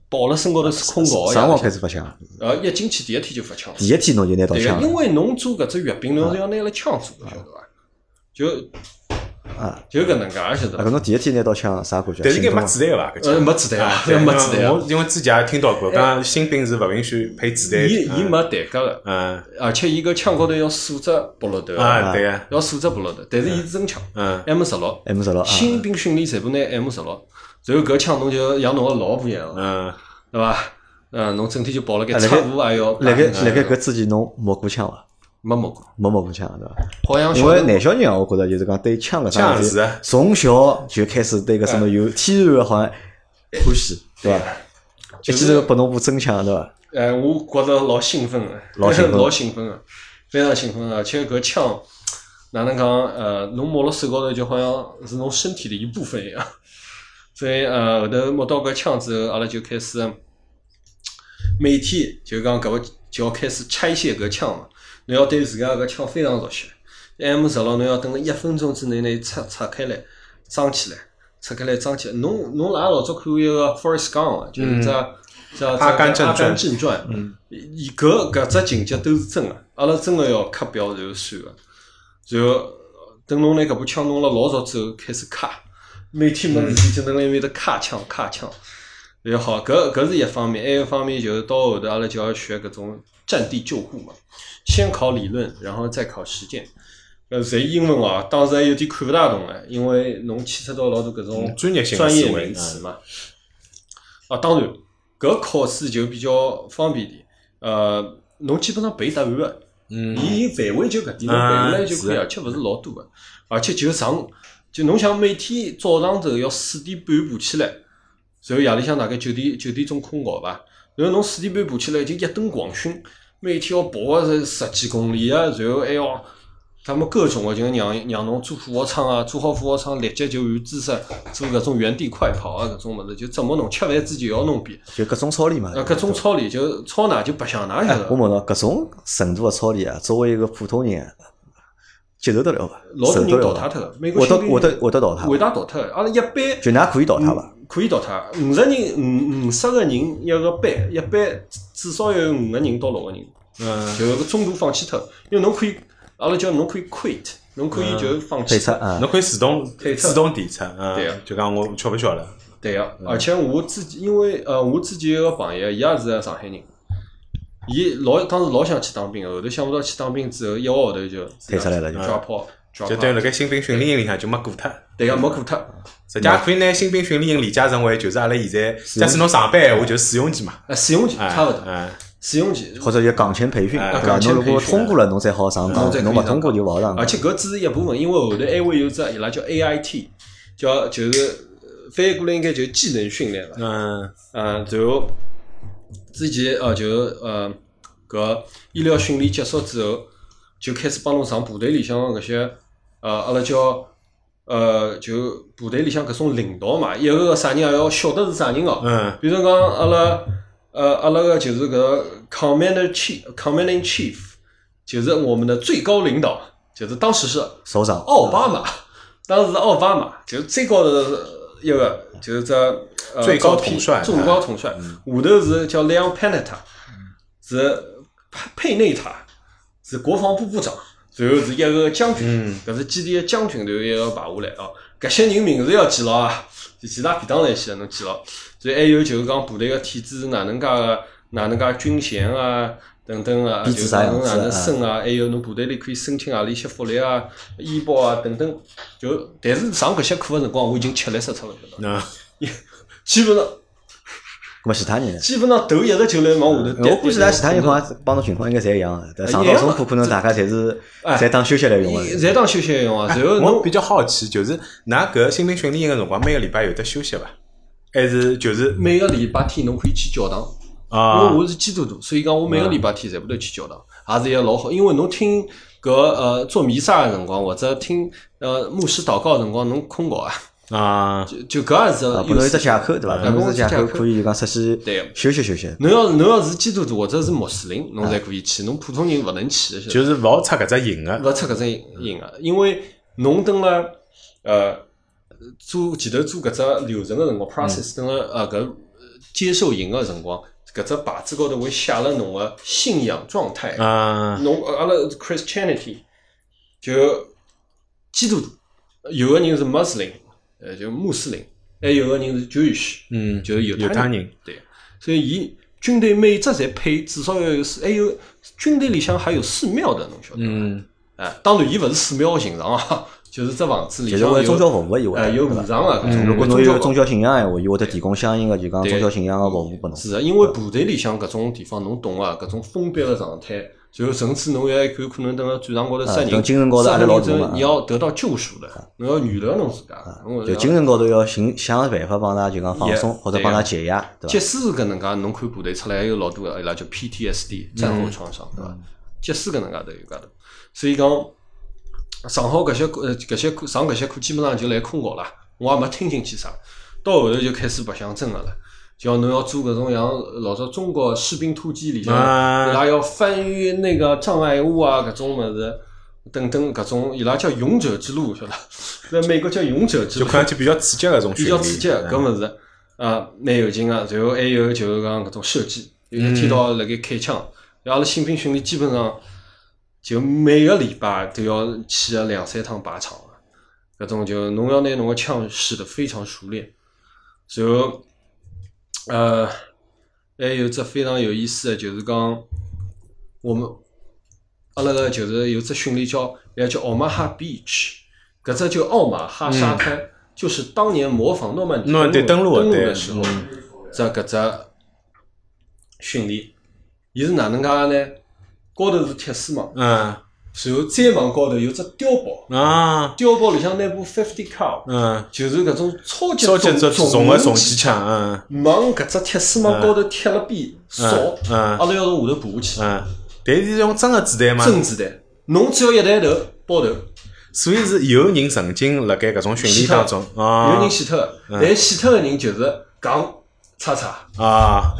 抱了身高头是空
啥
搞
辰光开
个，
始发枪？
呃，一进去第一天就发枪。
第一天侬就拿到
对
枪
个，因
了
为侬做搿只月饼，侬是要拿了枪做的，晓得伐？就
啊！
就搿能介，晓得
啊，
伐
搿？侬第一天拿到枪啥感觉？
但是应该
心动啊伐
没子弹个伐？搿
呃，
枪
没子弹
[LAUGHS]
啊，
对
没子弹
我
啊，哎
因为之前也听到过，讲新兵是勿允许配子弹。
伊
啊
伊
嗯
没弹夹个，
嗯
而且伊搿枪高头要锁只步落头，
啊，对个，
要锁只步落头，但是伊是真枪
嗯，
M 十六，
M 十啊六啊，
新兵训练全部拿 M 十六，然后搿枪侬就像侬个老婆一样，
嗯，
对伐？嗯，侬整天就抱辣盖
啊辣盖
窗户也要，
辣盖
嗯
辣盖搿之前侬摸过枪伐？
没摸过，
没摸过枪对伐？
好像
因
小
为男小人啊，我觉着就是讲对枪搿啥
枪是
事体
啊，
从小就开始对搿什么有天然的好像欢喜，对伐？一记头拨侬部真枪对伐？
哎，我觉着老兴奋个，
老兴奋
[LAUGHS] 老兴奋个，非常兴奋个，而且搿枪哪能讲？呃，侬摸了手高头，就好像是侬身体的一部分一样。所以呃，后头摸到搿枪之后，阿拉就开始每天就讲搿个就要开始拆卸搿枪嘛。侬要对自家搿枪非常熟悉。M 哎十六侬要等了一分钟之内内拆拆开来，装起来，拆开来装起来。侬侬哪老早看过一个 Forest Gump 啊，就是只只
嗯阿甘正传嗯
阿甘正传，伊搿搿只情节都是真个，阿拉真个要刻表然后算个，然后等侬拿搿把枪弄了老早之后开始卡，每天没事体就能辣埃面搭卡枪卡枪。也好，搿搿是一方面，还有一方面就是到后头阿拉就要学搿种战地救护嘛，先考理论，然后再考实践。呃，侪英文哦，当时还有点看勿大懂哎，因为侬牵扯到老多搿种
嗯专业性的
专
思
业
维嗯
名词嘛。啊，当然，搿考试就比较方便点，呃，侬基本上背答案个，
嗯，
伊范围就搿点，侬背下来就可以，
啊
而且勿是老多个，而且就上，就侬想每天早上头要四点半爬起来，然后夜里向大概九点九点钟困觉伐，然后侬四点半爬起来就一顿狂训，每天要跑个是十几公里啊，然后还要。他们各种个就让让侬做俯卧撑啊，做好俯卧撑，立即就按姿势做搿种原地快跑啊，搿种物事就折磨侬。吃饭之前要弄遍，
就各种操练嘛。
啊，搿种操练就操哪就白相哪晓
哎
得伐。
我问侬，搿种程度的操练啊，作为一个普通人啊，接受得了伐？
老
受
多
得
人
了
淘
伐
汰？脱了，美国
会得
新兵
会得会得淘汰伐，
伟大淘汰了。阿拉一班
就㑚可以淘汰伐？
可以淘汰，五十人五五十个人一个班，一班至少要有五个人到六个人，
嗯，
就中途放弃脱，因为侬可以，阿拉叫侬可以 quit，侬可以就放弃
退出。啊，
侬可以自动
退出
自动提出，
对啊
嗯，就讲我吃勿消了，
对个、
嗯
而且我自己，因为呃，我自己有个朋友，伊也是上海人，伊老当时老想去当兵的，后头想勿到去当兵之后，一个号头就
退出来了就
抓炮，抓
就等于
炮，
辣盖新兵训练营里向就没过脱。
对啊个没过脱。
实际也可以拿新兵训练营理解成为就是阿拉现在，假使侬上班闲话就是试用期嘛，
呃，试用期
哎
差勿多，
哎
试用期
或者就岗前培训，
哎
对伐？
嗯岗前
侬如果
培训
通过了，侬才好上
侬
岗
才；可以
侬勿通过就勿好上
嗯而
岗。
且搿只是一部分，因为后头还会有只伊拉叫 AIT，叫就是呃翻译过来应该就是技能训练了。
嗯
嗯，然后之前呃就呃搿医疗训练结束之后，就开始帮侬上部队里向的搿些呃阿拉叫呃就部队里向搿种领导嘛，一个个啥人也要晓得是啥人哦。
嗯
比如讲阿拉呃阿拉个就是搿 commander chief commander in chief，就是我们的最高领导，就是当时是
首长，
奥巴马， [LAUGHS] 当时是奥巴马就是最高的一个，就是这呃
最高
招聘
统帅嗯
最高统帅，下头是叫 Leon Panetta，是佩佩内塔，是国防部部长，然后是一个将军
嗯，
搿是基地的将军，然后一个排下来哦。搿些人名字要记牢啊，就其他便当来些侬记牢。所以还有就是讲部队个体制是哪能介个，哪能介军衔啊等等
编
啊，就
制
是
啥样
侬哪
子
能
啊
升啊，还有侬部队里可以申请何里些福利啊、医保啊等等。就但是上搿些课个辰光，我已经吃力死脱了，晓得伐？
嗯，
基本上
那么其他人呢？
基本上头一直就来往下头啊跌。
我估计
跌
咱其他情况帮侬情况应该侪一样的，但上
一样
到中铺可能大家侪是
哎
侪当休息来用
伊
的。
侪当休息用啊。然
哎
后
我
侬
比较好奇，就是㑚搿新兵训练营个辰光，每个礼拜有得休息伐？还是就是
每个礼拜天侬可以去教堂。因
啊
为？我是基督徒，所以讲我每个
嗯
礼拜天侪不头去教堂，也是一个老好。因为侬听搿呃做弥撒的辰光，或者听呃牧师祷告的辰光，侬困觉啊，
啊，
就就搿也是
啊，
个
不能
优
有只
势。
借口对伐？
哎
不能有只借
不能有
口
只借口
可以就讲出去
对
休息休息。
侬要侬要是基督徒或者是穆斯林，侬才可以去，侬普通人勿能去的。是
就是勿好出搿只营个
勿出搿只瘾个，因为侬等了呃做前头做搿只流程个辰光，process
嗯
等了呃搿接受营个辰光，搿只牌子高头会写了侬个信仰状态。
啊
侬呃阿拉 Christianity 就基督徒，有个人是 Muslim，呃就穆斯林，还有个人是 Jewish，
嗯，
就是犹
犹
太
太人
对，所以伊军队每一只侪配至少要有四，还有军队里向还有寺庙的，侬晓得伐？
嗯
哎，当然伊勿是寺庙个形状啊， [LAUGHS] 就是只房子里
其
向
实为
有
宗教服务以外，
哎有
对
和
伐
尚啊，搿种
如果侬
宗
有
教
宗教信仰的话，伊会得提供相应的就讲
对
宗教信仰的服务拨侬。
是的，啊因为部队里向搿种地方侬懂啊，搿种封闭个状态，然后甚至侬还有可能等辣战场高头杀
啊
人，
等精神高头
杀
压
了
力老啊
人
大
之后
嘛
你要得到救赎的，侬要原谅侬自家，侬
啊
勿是
就
讲
精神高头要寻想办法帮㑚就讲放松，或者帮㑚解压，对伐
即？使是搿能介，侬看部队出来还有老多哎个，伊拉叫 PTSD 战后创
嗯
伤，对伐？即使搿能介都有介头，所以讲上好搿些课呃搿些课上搿些课基本上就来困觉啦，我也没听进去啥，到后头就开始白相真个了。就要侬要做搿种像老早中国士兵突击里向，
啊
伊拉要翻越那个障碍物啊，搿种物事等等�晓得伐搿种，伊拉叫勇者之路，晓得伐？那美国叫勇者之
就
路，
看上去比较刺激个种
比
训
较
练，嗯
刺激，搿物事啊，蛮有劲个。然后还有就是讲搿种射击，有一天到辣盖开枪。阿拉新兵训练基本上就每个礼拜都要去个两三趟靶场啊个，搿种就侬要拿侬个枪使得非常熟练。然后，呃，还有只非常有意思的，就是讲我们阿拉个就是有只训练叫，也叫奥马哈 beach，搿只就奥马哈沙滩，就是当年模仿诺曼底
诺曼底登陆
登陆
对嗯
的时候，这搿只训练，伊是哪能介呢？高头是铁丝网，
嗯
然后再往高头有只碉堡，
啊
碉堡里向那部 fifty cal，
嗯，
就是搿种超级
超级只重个重
重
机枪，嗯
往搿只铁丝网高头贴了边扫，
嗯
阿拉要从下头爬下去，
嗯，但是用真个子弹嘛，
真子弹，侬只要一抬头爆头，
所以是有人曾经辣盖搿种训练当中
有
啊
人死脱的，但死脱的人就是讲叉叉，
[LAUGHS] 啊。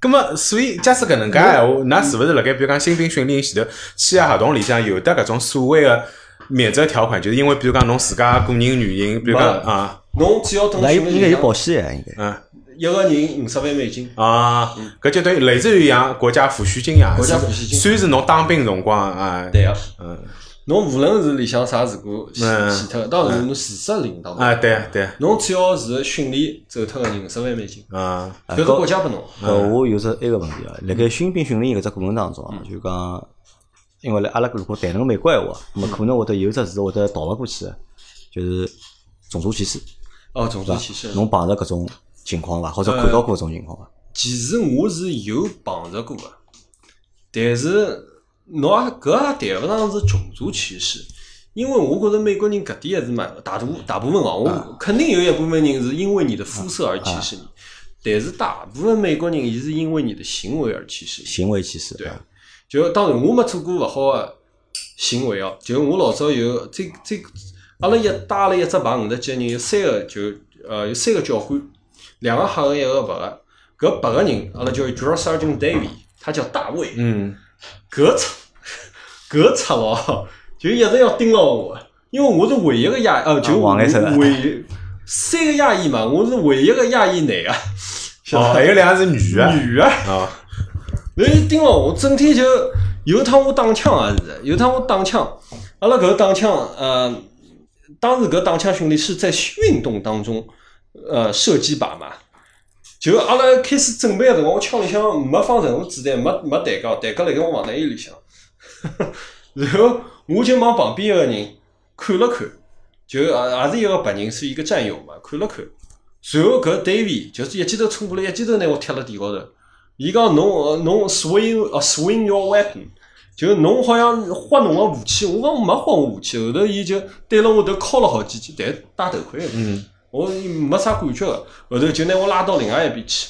咁么，所以假使搿能介
嗯
闲话，㑚是勿是辣盖比如讲新兵训练前头签个合啊同里向有得搿种所谓个免责条款，就是因为比如讲侬自家个人原因，比如讲
没
啊
侬只要等
那
训
应应该
练
有保
场，
险的，应该。
嗯
一个人五十万美金，
啊，搿就等于类似于像国家抚恤金一样，
国家抚恤金
虽然是侬当兵辰光啊，
对个，
嗯
侬无论是里向啥事故死
嗯
死脱的，当然侬自杀领导，
啊，对啊对啊
侬只要是训练走脱个人五十万美金，
啊，
哎
搿是国家拨侬，
呃，我有只埃个问题啊，辣盖新兵训练搿只过程当中啊，就讲，因为辣阿拉如果谈论美国闲话，那么可能会得有只字会得逃勿过去的，就是种族歧视，
哦，种
是
族歧视
伐？。侬碰着搿种情况伐？或者看到过搿种情况伐？
其实我是有碰着过个，但是侬也搿也谈勿上是种族歧视，因为我觉着美国人搿点还是蛮大部大部分哦，我肯定有一部分人是因为你的肤色而歧视你，但是大部分美国人伊是因为你的行为而歧视你。
行为歧视，啊
对，就当然我没做过勿好个行为哦，就我老早有最最，阿拉一带了一只棚，五十几个人，有三个就呃有三个教官，两个黑个一个白个，搿白个人阿拉叫 Drill Sergeant Davy，他叫大卫，
嗯
搿出搿出咯，就一直要盯牢我，因为我是唯一个亚呃
啊
就我
黄颜色
[LAUGHS]
的
唯一三个亚裔嘛，我是唯一个亚裔男个，晓 [LAUGHS]
哦，
得伐
还有两个是女的
女个。
啊。
然后伊盯牢哦我，整天就有一趟我打枪也是，有一趟我打枪，阿拉搿个打枪，呃，当时搿打枪训练是在运动当中，呃，射击靶嘛，就阿拉开始准备个辰光，我枪里向没放任何子弹，没没弹夹，弹夹辣盖我防弹衣里向， [LAUGHS] 然后我就往旁啊边一个人看了看，就也也是一个白人，是一个战友嘛，看了看，随后搿 Davy 就是一记头冲过来，一记头拿我踢辣地高头。伊讲侬呃侬 swing 呃 swing your weapon，就侬好像挥侬个武器，我讲没挥我武器。后头伊就对了我头敲了好几记，但是戴头盔的，
嗯，
我没啥感觉个。后头就拿我拉到另外一边去，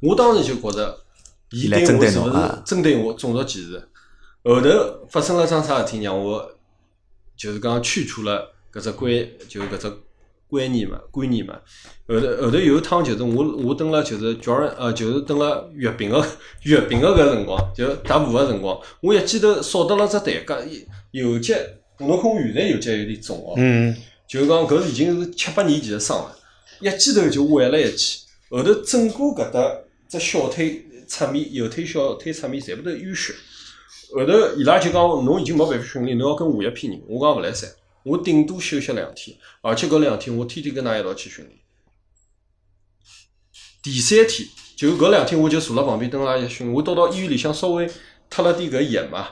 我当时就觉着伊
伊来
对
针
我
对
是
侬
勿是
啊
针对我种族歧视？后头发生了桩啥事体，让我就是讲去除了搿只观，就是搿只观念嘛，观念嘛。后头后头有一趟就是我我蹲了就是叫人呃就是蹲了月饼个月饼个搿辰光，就是打舞个辰光，我一记头扫到了只台阶，一右脚，侬看我现在右脚有点肿哦，
嗯，
就是讲搿已经是七八年前的伤了，一记头就崴了一记，后头整个搿搭只小腿侧面、右腿小腿侧面全部都淤血。后头伊拉就讲侬已经没办法训练，侬要跟下一批人。我讲勿来三，我顶多休息两天，而且搿两天我天天跟㑚一道去训练。第三天就搿两天我就坐辣旁边等伊拉一训练，我到到医院里向稍微脱了点搿盐嘛，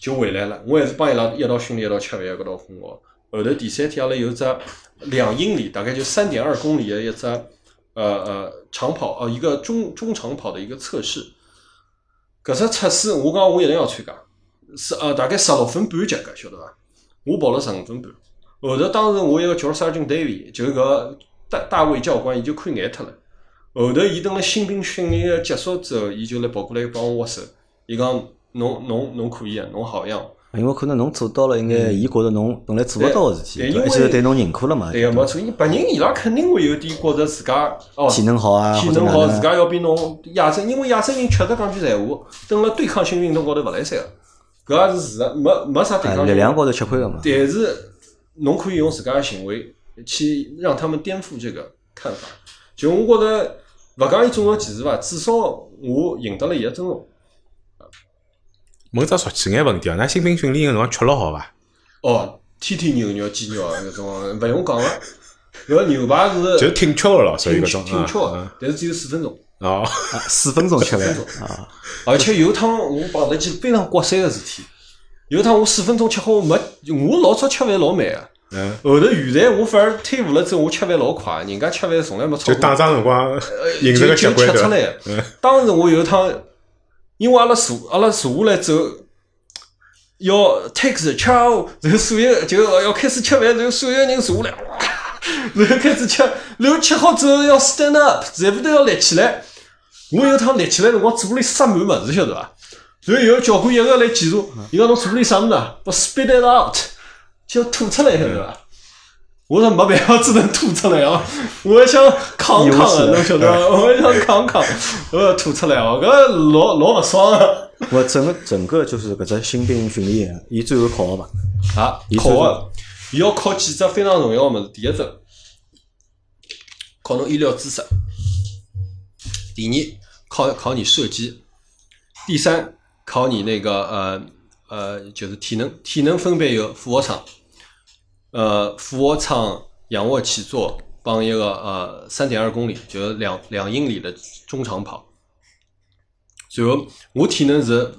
就回来了。我还是帮伊拉一道训练，一道吃饭，一道困觉。后头第三天，阿拉有只两英里，大概就三点二公里的一只呃呃长跑，呃一个中中长跑的一个测试。搿只测试我讲我一定要参加，是呃大概十六分半及格，晓得伐？我跑了十五分半。后头当时我一个叫 Sergeant Davy，就是搿大大卫教官，伊就看眼脱了。后头伊等了新兵训练的结束之后，伊就来跑过来帮我握手，伊讲侬侬侬可以啊，侬好样。
因为可能侬做到了一眼，伊觉着侬本来做勿到个事体，
嗯对
对吧
因
而
为
且对侬认可了嘛，
对个，
对
哎没
吧
错，伊白人伊拉肯定会有点觉着自家哦，
体能好啊，
体
或者
能
哪
好，
能
自
啊
家要比侬亚洲，因为亚洲人确实讲句闲话，蹲辣对抗性运动高头勿来三个，搿也是事实，没没啥对
啊
抗
力
性。
量高头吃亏个嘛。
但是侬可以用自家的行为去让他们颠覆这个看法。就我觉着，勿讲伊种族歧视伐，至少我赢得了伊个尊重。
问只俗气眼问题哦，㑚新兵训练个辰光吃了好伐？
哦，天天牛肉、鸡肉搿种，勿用讲了。搿牛排
就是挺吃个咯，属于
挺
搿种。
挺吃
嗯
的，但是只有四分钟。
嗯哦，
啊四分钟吃饭
四
啊，
而且有一趟我碰到一件非常刮三个事体。有一趟我四分钟吃好，我没我老早吃饭老慢个，
嗯，
后头现在我反而退伍了之后，我吃饭老快，人家吃饭从来没超
就
过。
打仗辰光
就
饮食
呃就
个习
吃
惯
出
对伐？
来。当时我有一趟，因为阿拉坐阿拉坐下来之后，要 take the chow，然后所有就要开始吃饭，然后所有人坐下来，哇，然后开始吃，然后吃好之后要 stand up，全部都要立起来。我有一趟立起来辰光，嘴巴里塞满物事，晓得伐？然后有教官一个来检查，伊讲侬嘴巴里啥物事啊？我 spit it out，就要吐出来，晓得伐？我说没办法，只能吐出来啊！我想扛扛啊，
有
侬
事
晓得伐？我想扛扛，我要吐出来哦，搿老老勿爽啊！
我整个整个就是搿只新兵训练营，伊最后考个嘛，
啊
伊，
考
最
个，伊要考几只非常重要个物事。第一只，考侬医疗知识；第二，考考你射击；第三，考你那个呃呃，就是体能。体能分别有俯卧撑，呃，俯卧撑、仰卧起坐帮一个呃三点二公里，就是两两英里的中长跑。随后我体能是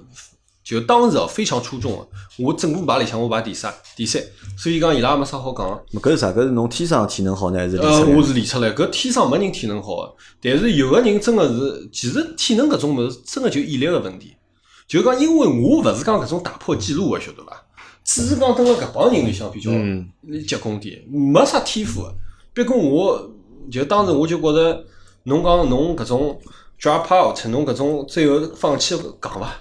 就当时哦非常出众个，我整个排里向我排第三，第三，所以讲伊拉也没啥好讲啊个。
搿是啥？搿是侬天生体能好呢，还是练
呃，
出来
我
的？
是练出来，搿天生没人体能好个，但是有个人真个是，其实体能搿种物事真个就毅力个问题。就讲，因为我勿是讲搿种打破记录个，晓得伐？只是讲蹲辣搿帮人里向比较
嗯
结棍点，没啥天赋个。毕竟我就当时我就觉着，侬讲侬搿种 drop out，侬搿种最后放弃讲伐？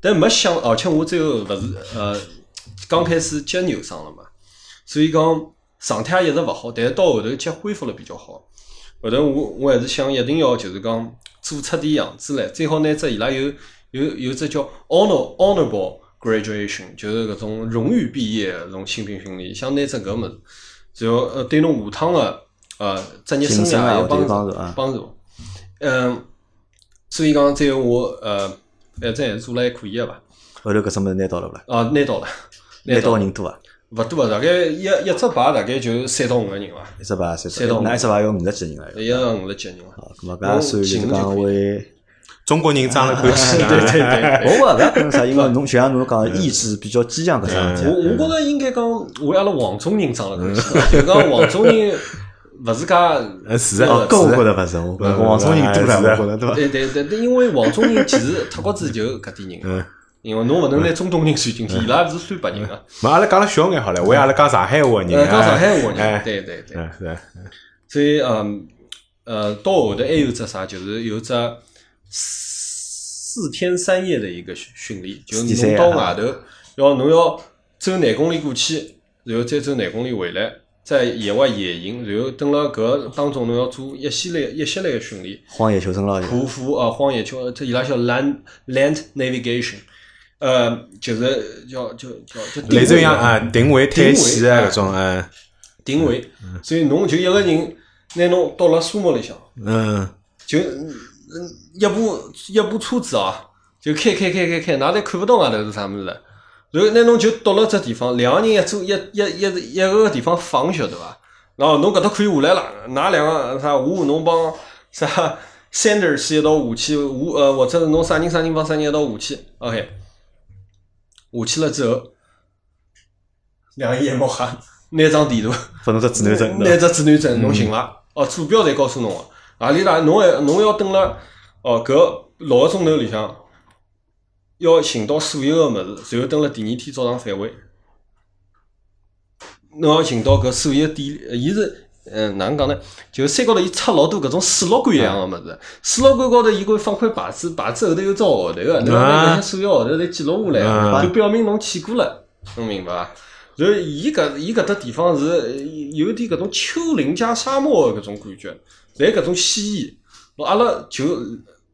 但没想，而且我最后勿是呃刚开始脚扭伤了嘛，所以讲状态也一直勿好，但是到后头脚恢复了比较好。后头我我还是想一定要就是讲做出点样子来，最好拿只伊拉有有有只叫 honor honorable graduation，就是搿种荣誉毕业搿种新兵训练，想拿只搿物事，然后呃对侬下趟个呃职业生
晋升啊
涯有
或者
帮
有帮
助
助啊
帮助。嗯，所以讲最后我呃反正还是做了还可以个吧，
后头搿只物事拿到了勿啦？
啊拿到了，
拿
到
到
了
个人多啊，
勿多啊，大概一一只排大概就三到五个人伐。
一只排三
三到五
那一只排有五十几人了。
一个五十几人嘛。
啊，咁啊，搿也算就是讲为，
中国人争了 [LAUGHS] 口
[LAUGHS]
气
对
呢。
对
我
[LAUGHS] 对，
勿搿讲啥，因为侬就像侬讲的，意志比较坚强搿桩事体
我
啊。
我觉着应该讲为阿拉黄种人长了口气，就讲黄种人勿是介
呃是
哦
啊，
搿我
是
觉
啊
得勿是，我觉得
嗯
王中人多了，
是
我觉得对伐？
对对对，对因为黄种人其实脱国子就搿点人
嗯
啊，因为侬勿能拿中东人算进去，伊拉勿是算白人啊，
嘛，阿拉讲了小眼好了，为阿拉讲上海话的
呃，
人，
讲上海话
哎
人，，对对对。
嗯是啊，
所以嗯呃，到后头还有只啥，就是有只四天三夜的一个训训练，就
四
是
天
侬
三
到
夜
外头要侬要走廿公里过去，然后再走廿公里回来，在野外野营，然后等了搿当中侬要做一系列一系列的训练，
荒野求生咯，
匍匐啊，荒野求这伊拉叫 land land navigation。呃，就是叫叫叫叫定
类似于
位
像
嘛
啊定位探险
定
啊
位
搿种，嗯
定位，
嗯
所以侬就一个人拿侬到了沙漠里向，
嗯，
就嗯嗯一部一部车子啊，就开开开开开，哪里看不到外头是啥物事了。然后拿侬就到了只地方，两个人一组一一一一个个地方放，晓得伐？然后侬搿搭可以下来了，㑚两个啥我侬帮啥 [LAUGHS] Sanders 一道下去，我呃或者是侬啥人啥人帮啥人一道下去，OK。下去了之后，两个人一摸黑，拿张地图。
拨侬只指南针，
拿
对伐
只指南针侬寻了，哦，坐标侪告诉侬个，啊里啦，侬还侬要等了，哦，搿六个钟头里向，要寻到所有个物事，然后等了第二天早上返回，侬要寻到搿所有点，呃伊是。嗯，哪能讲呢？就山高头伊插老多搿种水老管一样个物事，水老管高头伊会放块牌子，牌子后头有只号头个，侬
啊
把搿些所有号头侪记录下
啊
来，就表明侬去过了，侬嗯明白伐？然后伊搿伊搿搭地方是呃有点搿种丘陵加沙漠的搿种感觉，侪搿种蜥蜴。咾阿拉就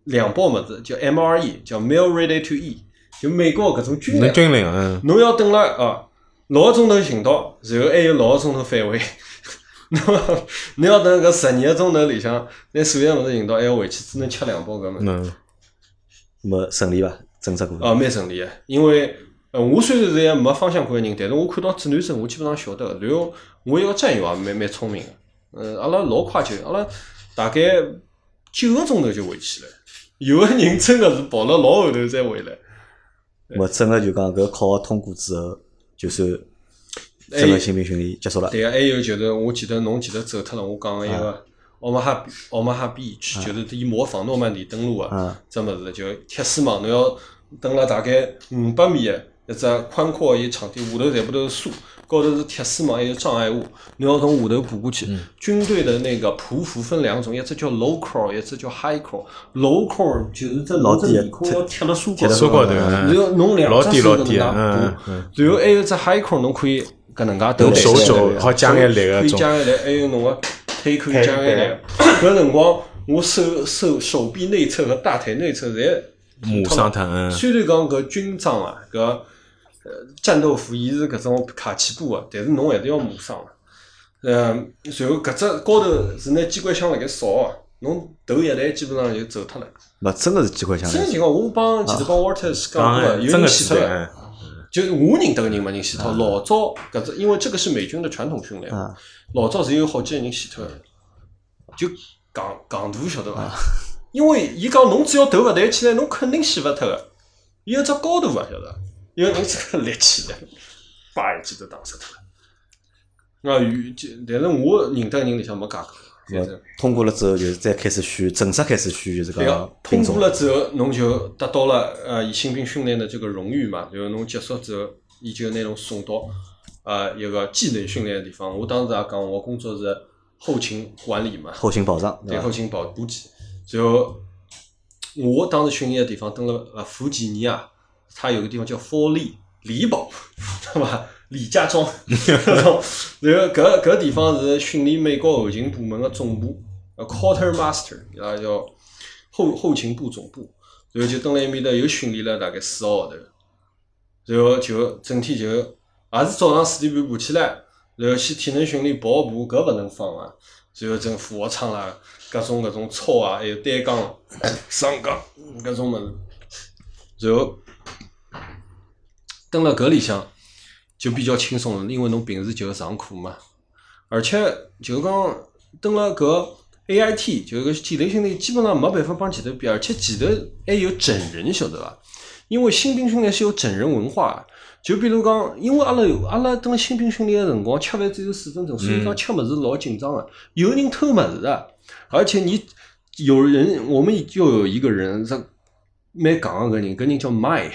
两包物事，叫 MRE，叫 Meal Ready to Eat，就美国搿种军
那
粮。
军令，嗯，
侬要等了啊，六个钟头寻到，然后还有六个钟头返回。 [LAUGHS] 侬要侬要等搿十二个钟头里向，拿所有物事寻到，还要回去只能吃两包搿物事。
嗯，
没顺利伐？整只过程
啊，蛮顺利个，因为呃，我虽然是一个没方向感个人，但是我看到指南针，我基本上晓得个。然后我一个战友也蛮蛮聪明个，呃，阿拉老快就，阿拉大概九个钟头就回去了。有个人真个是跑了老后头才回来，
没真个就讲搿考核通过之后，就算
哎
整个新兵训练结束了，
对个，还有就是，我记得侬记得走脱了，我讲个一
啊
个奥马哈奥马哈 beach，就是伊模仿诺曼底登陆
嗯
个，
啊
这么子就铁丝网，侬要登了大概五百米个一只宽阔个一场地，下头全部都是树，高头是铁丝网，还有障碍物，侬要从下头爬过去。
嗯
军队的那个匍匐分两种，一只叫 low crawl，一只叫 high crawl。low crawl 就是这
老
老
低
低
的
面孔要贴了树
贴
高
了
头，
说过头，
然
嗯
后侬两
老低
只手搿能
老低，
介
嗯
爬。
嗯，
然后还有一只 high crawl，侬可以搿能介
嗯
头抬
手
起来
肘好加眼力个
可以
种，
加眼力，还有侬个腿可以加眼力。搿辰光我手手手臂内侧和大腿内侧侪
马上疼，嗯
虽然讲搿军装啊，搿呃战斗服伊是搿种卡其布个，但是侬还是要磨伤个。嗯，然后搿只高头是拿机关枪辣盖扫个，侬头一来基本上就走脱了。
没真个是机关枪
真情况，我帮前头帮 Waters 讲
当
过，啊
然，
有
嗯哎真
人
个
死
是
脱了。
的，嗯
就是我认得个人没人洗脱，老早搿只，因为这个是美军的传统训练，
啊，
老早是有好几个人洗脱的，就戆戆大晓得伐？因为伊讲侬只要头勿抬起来，侬肯定洗勿脱个。伊有只高度伐，晓得伐？有个人这个立起来，叭一记头打死脱了。那啊与就但是我认得个人里向没介过，反正
通过了之后就是再开始选，正式开始选就是
对
讲
个，
兵
通
种
过，了之后，侬就得到了呃以新兵训练的这个荣誉嘛。然后侬结束之后，伊就拿侬送到呃一个技能训练的地方。我当时也讲，我工作是后勤管理嘛，
后勤保障，对
对
伐
后？勤保补给。然后我当时训练的地方，登了呃弗吉尼亚，它有个地方叫佛利李 [LAUGHS] 堡，对吧？李家庄， [LAUGHS] 然后搿搿地方是训练美国后勤部门的总部，呃，Quarter Master，伊拉叫后后勤部总部。然后就蹲辣埃面搭又训练了大概四个号头，然后就整天就也是早上四点半爬起来，然后去体能训练跑步，搿勿能放啊。然后整俯卧撑啦，啊各种各种操啊，还有单杠、双杠搿种物事。然后蹲辣搿里向就比较轻松了，因为侬平时就是上课嘛，而且就是讲蹲辣搿 AIT 就是搿技能训练，基本上没办法帮前头比，而且前头还有整人，晓得伐？因为新兵训练是有整人文化的。就比如讲，因为阿拉有阿拉蹲新兵训练个辰光，吃饭只有四分钟，所以讲吃物事老紧张个。有人偷物事的，而且你有人，我们就有一个人，这蛮戆个搿人，搿人叫麦，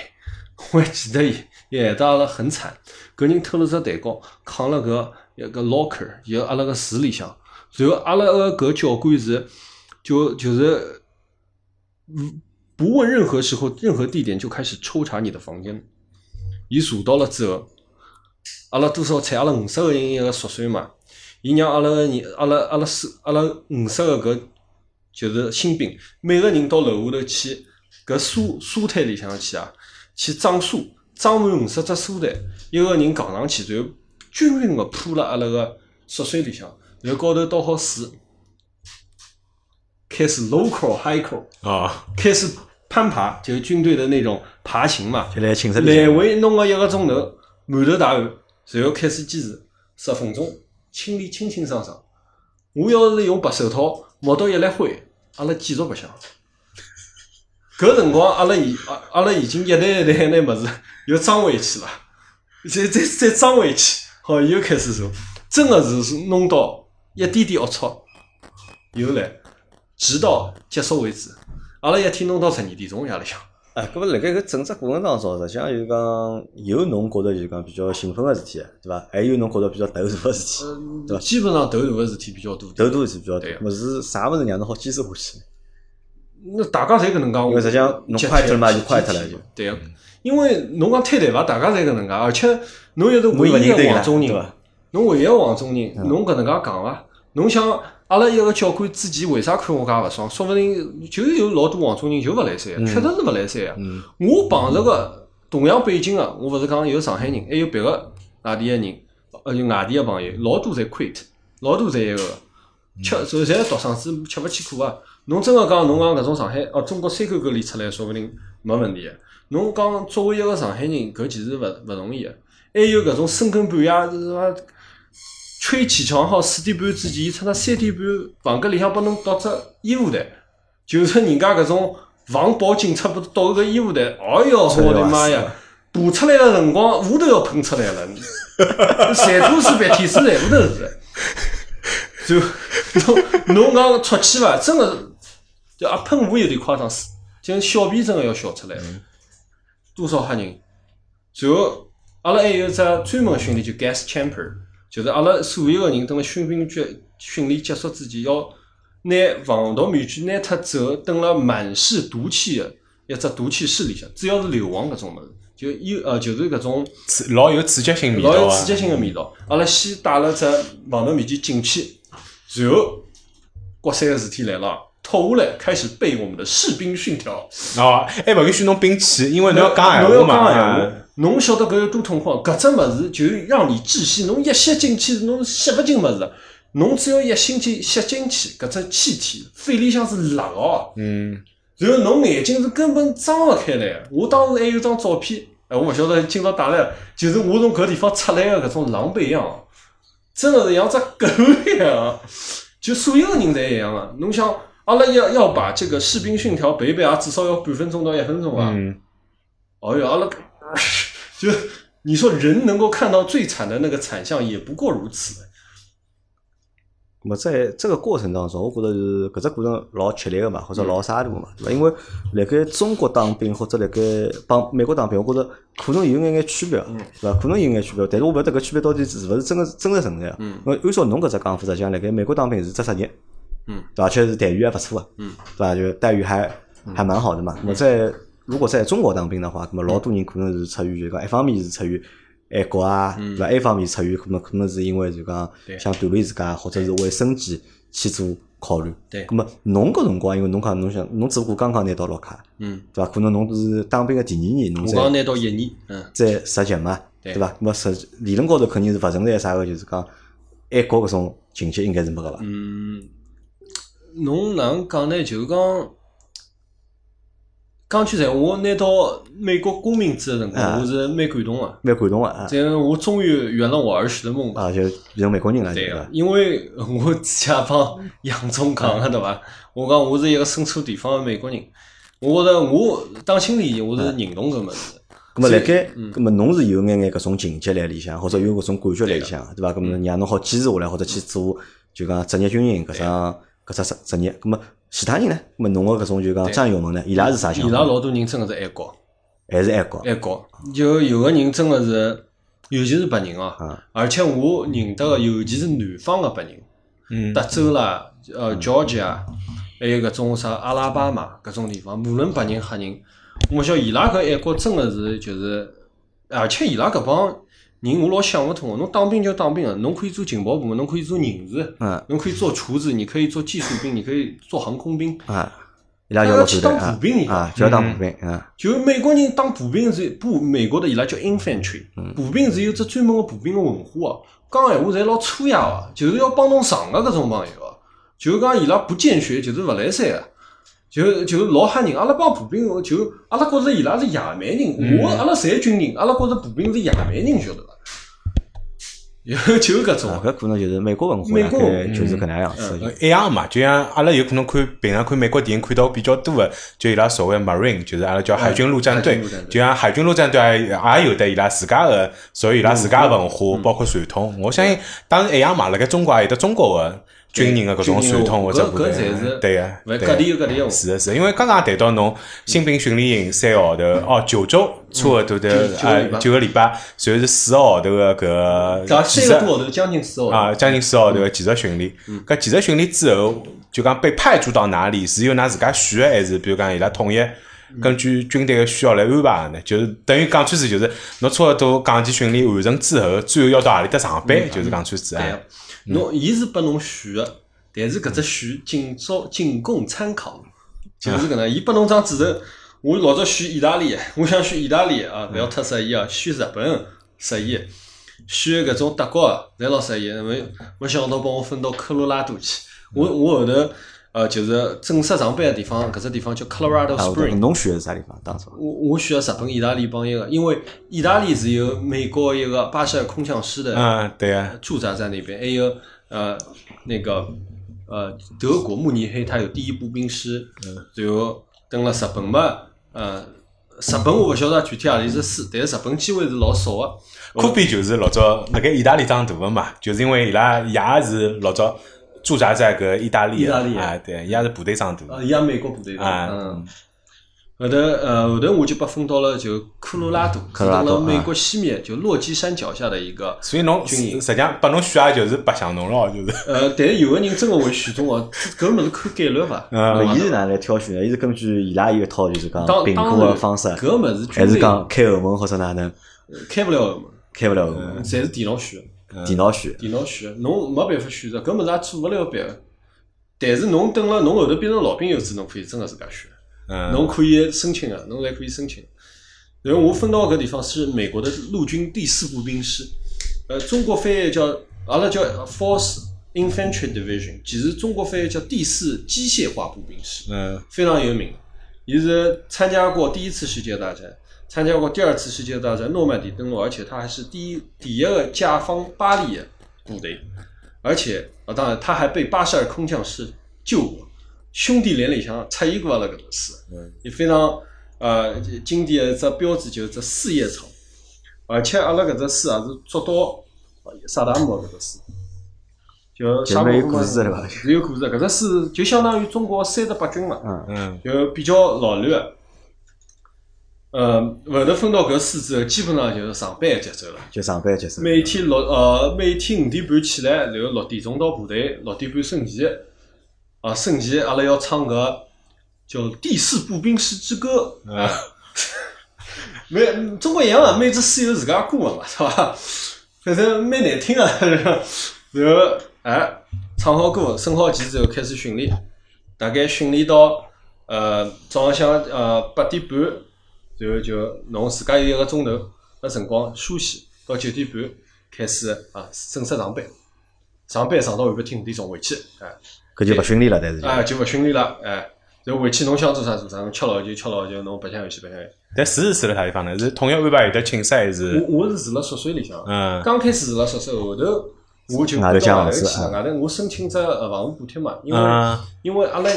我还记得伊，也打阿拉很惨。搿人偷了只蛋糕，扛了搿一个 locker，就阿拉个池里向。然后阿拉个搿教官是就就是嗯不问任何时候、任何地点就开始抽查你的房间。伊查到了之后，阿拉多少菜，阿拉五十个人一个宿舍嘛，伊让阿拉个人，阿拉阿拉四阿拉五十个搿就是新兵，每个人到楼下头去搿蔬蔬摊里向去啊，去装蔬，装满五十只蔬菜，一个人扛上去，然后均匀个铺辣阿拉个宿舍里向，然后高头倒好水，开始 local high c a l
啊，
开始攀爬，就是军队的那种爬行嘛，
就来寝室里
来
向，
回弄个一个钟头，满头大汗，然后开始坚持十分钟，清理清清爽爽。我要是用白手套摸到一粒灰，阿拉继续白相。搿辰光，阿拉已阿阿拉已经一袋一袋那物事 [LAUGHS] 又装回去了，再再再装回去，好又开始做，真个是弄到一点点龌龊，又来，直到结束为止。阿拉一天弄到十二点钟夜里向。
啊，搿么辣盖搿整只过程当中，实际上就是讲有侬觉得就是讲比较兴奋个事体，对伐？还有侬觉得比较头大个事体，对吧
基本上头大个事体比较多。
头大个事体比较
对啊
多。么是啥物事让侬好坚持下去？
那大家侪搿能介，
因为实际上侬快脱了嘛就快脱了就。
对个，因为侬讲推台伐，大家侪搿能介，而且侬又是
侬
唯
勿
一
认
个
对啦
黄种
对
人
伐，
侬唯一个黄种
嗯
人，侬搿能介讲伐？侬想阿拉一个教官之前为啥看我介勿爽？说勿定就有老多黄种人就勿来
嗯
三，确实是勿来三啊。我碰着个同样背景啊个，我勿是讲有上海人，还有别个外地个人，呃，有外地个朋友，老多侪 quit，老多侪一个个。
嗯
吃，侪侪独生子，吃勿起苦啊！侬真个讲，侬讲搿种上海哦，中国山沟沟里出来，说勿定没问题个。侬讲作为一个上海人，搿其实勿勿容易个。还有搿种深更半夜是伐？吹起床好四点半之前，伊出那三点半房间里向拨侬倒只烟雾弹，就是人家搿种防暴警察拨倒个烟雾弹，哎哟，
出来
我的
哇
妈
塞
呀！爬出来个辰光，雾头要喷出来了，全部是鼻涕水，全部都是。就 [LAUGHS] 侬侬讲出去伐，真个是就啊喷雾有点夸张，是就是小便真个要小出来了，多少吓人。然后阿拉还有只专门训练，就 gas chamber，就是阿拉所有个人等辣训兵局训练结束之前，要拿防毒面具拿脱之后，等辣满是毒气个一只毒气室里向，只要是硫磺搿种物事，就有呃就是搿种。
刺老有刺激性味
老
道
有
啊
刺，激性个味道。阿拉先带了只防毒面具进去，然后国三个事体来了，脱下来开始背我们的士兵训条。
哦，还勿允许侬兵器，因为侬要讲
呃侬
闲
要
话嘛，
讲
啊
闲话，侬晓得搿有多痛苦？搿只物事就让你窒息，侬一吸进去，侬吸勿进物事。侬只要一吸进吸进去，搿只气体肺里向是辣个哦。
嗯，
然后侬眼睛是根本张勿开来的。我当时还有张照片，哎，我勿晓得今朝带来了，就是我从搿地方出来的搿种狼狈样，真的是像只狗一样，就所有的人侪一样啊。侬想，阿拉要要把这个士兵训条背背啊，至少要半分钟到一分钟啊。
嗯，
哎呦，阿拉 [LAUGHS] 就你说人能够看到最惨的那个惨象，也不过如此。
么在这个过程当中，我觉得是搿只过程老吃力个嘛，
嗯
或者老杀戮嘛，对伐？因为辣盖中国当兵或者辣盖帮美国当兵，我觉着可能有眼眼区别，
嗯
对伐？可能有眼区别，但是我勿晓得搿区别到底是勿是真个真实存在。啊
嗯，
因为呃按照侬搿只讲法，实际上辣盖美国当兵是只职业，
嗯，
对伐？而且是待遇还勿错个，
嗯，
对伐？就待遇还还蛮好的嘛。那么在如果在中国当兵的话，那么老多人可能是出于就讲，一方面是出于爱国啊，对伐？一方面出于可能可能是因为就讲
嗯对
想锻炼自家，或者是为生计去做考虑。
对
那么侬搿辰光，因为侬讲侬想，侬只不过刚刚拿到绿卡，
嗯，
对伐？可能侬是当兵个第二年，侬
我
才
刚拿到一年，嗯，
在实习嘛，
对
对伐？那么实际理论高头肯定是勿存在啥个，就是讲爱国搿种情节应该是没个伐？
嗯，侬哪能讲呢？就是讲，讲句实话，我拿到美国公民制的辰光，
啊
我是蛮感动的。
蛮感动个啊，
这我终于圆了我儿时的梦吧。
啊，就变成美国人了，
对啊
对
[LAUGHS] 个
伐，？
因为我之前帮杨总讲个对伐？我讲我是一个身处地方的美国人，我觉着我当心理，我
啊
是认同搿物事。
咁么辣盖，
嗯
咁么侬是有眼眼搿种情节辣里向，或者有搿种感觉辣里向，
啊
对伐？咁
嗯
么让侬好坚持下来，或者去做就讲职业军人搿桩
啊
搿只职职业。咁么其他人呢？咁么侬个搿种就讲战友们呢，伊拉是啥
伊
想
拉
法？
老多人真个是爱国，
还是爱国？
爱国。有有个人真个是，尤其是白人
嗯
哦，而且我认得个，尤其是南方个白人，
嗯
德州啦，呃，Georgia，还有搿种啥阿拉巴马搿种地方，无论白人黑人，我勿晓得伊拉搿爱国真个是就是，而且伊拉搿帮人我老想勿通啊个，侬当兵就当兵个，侬可以做情报部啊门，侬可以做人事，
嗯
侬可以做厨子，你可以做技术兵，你可以做航空兵，
啊，伊拉就老
去
团队
当
啊
步兵人
啊，就要
嗯
当步兵啊，
就美国人当步兵是步，美国的伊拉叫 infantry，步
嗯
兵是有只专门个步兵个文化哦。讲闲话侪老粗野个，就是要帮侬上个搿种朋友哦。就是讲伊拉不见血，就是勿来三个，就就老吓人。阿拉帮步兵就阿拉觉着伊拉是野蛮
嗯
人，我阿拉侪军人，阿拉觉着步兵是野蛮人，晓得伐？ [LAUGHS] 就就搿种
啊
啊，
搿可能就是美国文化
美
大
国
概就是搿能
嗯
样子。
呃一样嘛，就像阿拉有可能看平常看美国电影看到比较多的，就伊拉所谓 marine，就是阿拉叫海军陆战队
嗯海军陆战，队
就像海军陆战队啊也也有的伊拉自家的，所以伊拉自家的文
嗯
化，包括传统。我相信当然一样嘛，辣盖中国也有得中国的军人的啊搿种
军
传
人哦
统或者
搿
部队
搿才是
对啊呀，
勿
对
各
呀
地有各地个文化。
是的，是的，因为刚刚也谈到侬新兵训练营三个号头，哦，九周差不多的
嗯九
呃
九个礼拜
九个礼拜，然后是四个号头的搿
搿
个
三个多号头，将近四个号
啊，
头。
将近四
嗯
号头的技术训练。搿技术训练之后，就讲被派驻到哪里，是由㑚自家选的，还是比如讲伊拉统一
嗯
根据军队的需要来安排的呢？就是等于讲穿子，就是侬差不多岗级训练完成之后，最后要到何里搭上班，就是讲穿子
嗯对
啊
个。，侬伊是拨侬选个，但是搿只选仅作仅供参考，就是搿能。伊拨侬张纸头，我老早选意大利，我想选意大利啊，勿要太适意啊，选日本适意，选搿种德国侪老适意，没没想到帮我分到科罗拉多去。我我后头呃，就是正式上班个地方，搿只地方叫 Colorado
啊，
Spring。
侬选的是啥地方？当初
我我选日本、意大利帮一个，因为意大利是有美国一个巴塞尔空降师的
嗯，对啊，
驻扎在那边，还有呃那个呃德国慕尼黑，它有第一步兵师，
嗯
然后登了日本嘛，呃日本我不晓得具体何里只师，但是日本机会是老少啊个。
科比就是老早辣盖意大利长大的嘛，就是因为伊拉爷是老早驻扎在搿意大利
意大利
的啊，对，伊也是部队长大的
啊
呃，。伊也美国部队的，
啊
嗯。后头，呃，后头我就被分到了就科罗拉多，
科罗拉
是
多
到了美
啊
国西面，就落基山脚下的一个
所以侬
军
实
营
际上把侬选也就是白相侬咯，就是。
呃，但是有个人真个会选中哦， [LAUGHS] 搿物事看概率伐？
嗯
伊是哪能来挑选的？伊是根据伊拉有一套就是讲
当
评
当
估的
然，
方式，
搿物事
还
军
是
队
讲开后门或者哪能
开勿了后门，
开勿了后门？
侪是电脑选的，
电脑选
电脑选的，侬没办法选择，搿物事也做勿了别个。但是侬等了侬后头变成老兵有志，侬可以真个自家选，
嗯，
侬可以申请啊个，侬侪可以申请。然后我分到的搿地方是美国的陆军第四步兵师，呃，中国翻译叫阿拉叫 Force Infantry Division，其实中国翻译叫第四机械化步兵师。
嗯
非常有名。伊是参加过第一次世界大战，参加过第二次世界大战诺曼底登陆，而且他还是第一第一个甲方巴黎的部队，而且啊，当然他还被巴塞尔空降师救过，兄弟连里向出现过阿拉搿种事，也非常呃经典的一只标志就是只四叶草，而且啊阿拉搿只书也是捉到呃萨达姆的搿只书。就
就
沙
蛮
漠
有
风
故
暴
事的对伐
是有故事的，搿只书就相当于中国三十八军嘛，
嗯
就比较老乱的。呃，后头分到搿四之后，基本上就是上班的节奏了。
就上班节奏。
每天六呃，每天五点半起来，然后六点钟到部队，六点半升旗。啊，升旗阿拉要唱个叫《第四步兵师之歌》。
嗯，
[LAUGHS] 每嗯中国一样啊，每只师有自家歌的嘛，是伐？反正蛮难听啊。 [LAUGHS] 然后哎，唱好歌，升好旗之后开始训练，大概训练到呃早浪向呃八点半，然后就侬自家有一个钟头的辰光休息，到九点半开始啊正式上班，上班上到后半天五点钟回去，哎。
搿就勿训练了，但是就
哎，就勿训练了，哎，然后回去侬想做啥做啥，侬吃老酒吃老酒，侬白相游戏白相游戏。
但住是住辣啥地方呢？是统一安排有的寝室还是？
我我是住辣宿舍里向，
嗯
刚开始住辣宿舍，后头我就
外头
搬
借
到
房
外头
子
去了，外头我申请只呃房屋补贴嘛，因为
嗯
因为阿拉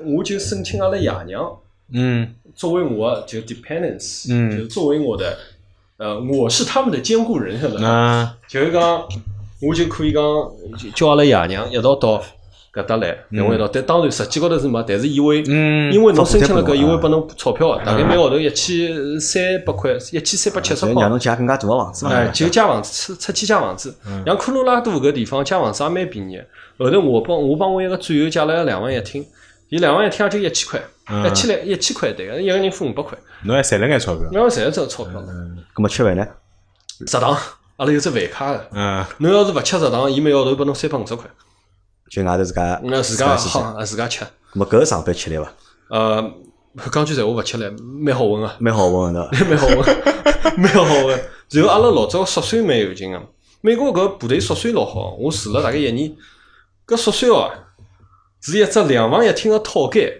我就申请阿拉爷娘
嗯
作为我就 dependence，
嗯
就是作为我的，呃，我是他们的监护人，晓得伐？
那
就是讲，我就可以讲，就叫阿拉爷娘一道到搿搭来，
嗯
然后一道。但当然，实际高头是没，但是伊会，
嗯
因为侬申请了
不
搿，
是
伊
太多
会
啊
拨侬钞票的，大概每号头一千三百块，一千三百七十
就让
块
侬。借更加啊大个啊房子嘛。
哎，就借房子，出出去借房子。
嗯
像科罗拉多搿地方借房子也蛮便宜的。后头我帮我帮我一个战友借了两万一厅，伊两万一厅也就一千块，
嗯
一千来一千块对个，一个人付五百块，
侬还赚了眼钞票，
然后侪是这钞票了。
咁么吃饭呢？
食堂阿拉有只饭卡个，
嗯，
侬要是勿吃食堂，伊每号头拨侬三百五十块，
就外头自家
那嗯自家
去吃。
好自家吃。
咁么搿上班吃力伐？
呃，讲句实话，勿吃力，蛮好混个。
蛮好混的，
蛮好闻， [LAUGHS] 蛮好闻。然后阿拉老早个缩水蛮有劲个，啊美国搿部队缩水老好，我住了大概一年。搿缩水哦，是一只两房一厅个套间，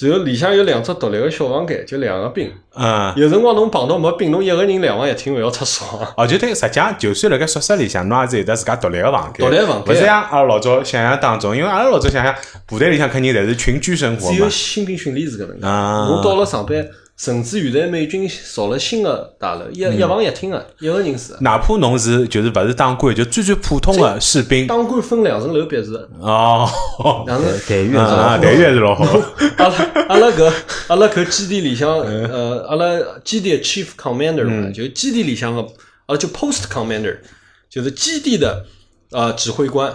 然后里向有两只独立个小房间，就两个兵。
嗯，
有辰光侬碰到没兵，侬一个人两房一厅勿要出啊爽。
哦，就对，实际上就算辣盖宿舍里向，侬也是有得自家独立个房间，
独立的房
勿
间
是像阿拉老早想象当中，因为阿拉老早想象部队里向肯定侪是群居生活
只有
嘛，
新兵训练是搿能介。
啊
侬到了上班，甚至现在美军造了新个大楼，一一房一厅个，一个人住的。
哪怕侬是就是勿是当官，就最最普通个士兵，
当官分两层楼别墅的，
哦， [LAUGHS]
两层
待遇也是
啊，待遇还是
[LAUGHS]
老好，
阿拉阿拉搿阿拉搿基地里向，
嗯
呃，阿拉基地的 chief commander 嘛，就是基地里向个，阿拉就 post commander，就是基地的呃指挥官，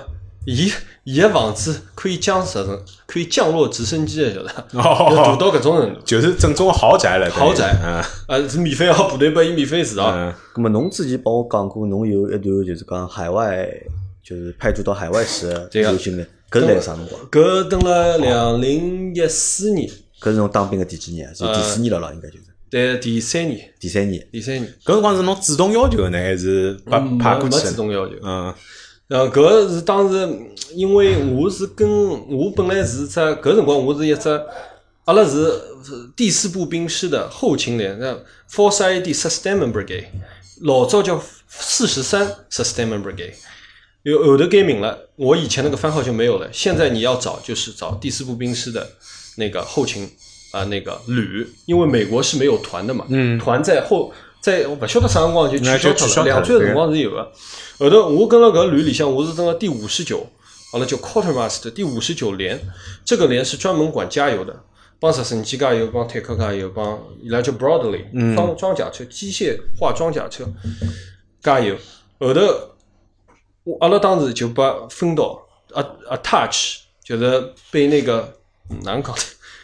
伊伊个房子可以降直升，可以降落直升机的，晓得伐？要大
哦，
到搿种程度，
就是正宗的豪宅了，
豪宅
嗯
呃，是免费哦，部队拨伊免费住哦。
嗯，
咁么侬之前帮我讲过，侬有一段就是讲海外，就是派驻到海外去的
对个
旅行历，搿是来啥辰光？
搿等了两零一四年，
搿是侬当兵的第几年？就第四年了咯，应该就是
对，第三年，
第三年。
第三年，
搿辰光是侬主动要求的呢，还是把
没
派
嗯
过
没
去
主
的？
动要求。
嗯
呃，搿是当时，嗯因为我是跟我本来是只搿辰光我是一只，阿拉是是第四步兵师的后勤连，那 Force ID Sustainment Brigade，老早叫四十三 Sustainment Brigade，有有的改名了，我以前那个番号就没有了。现在你要找就是找第四步兵师的那个后勤啊、呃那个旅，因为美国是没有团的嘛，
嗯
团在后在我不晓得啥辰光就取
那就
消
取
脱
消
了，两
脱
岁
了
的辰光是有的。后头我跟了搿旅里向，我是登了第五十九，阿拉叫 Quartermaster 第五十九连，这个连是专门管加油的，帮直升机加油，帮坦克加油，帮伊拉叫 Broadly，装装甲车、机械化装甲车加油。后头我阿拉当时就把分到 a- attach，就是被那个嗯难搞的，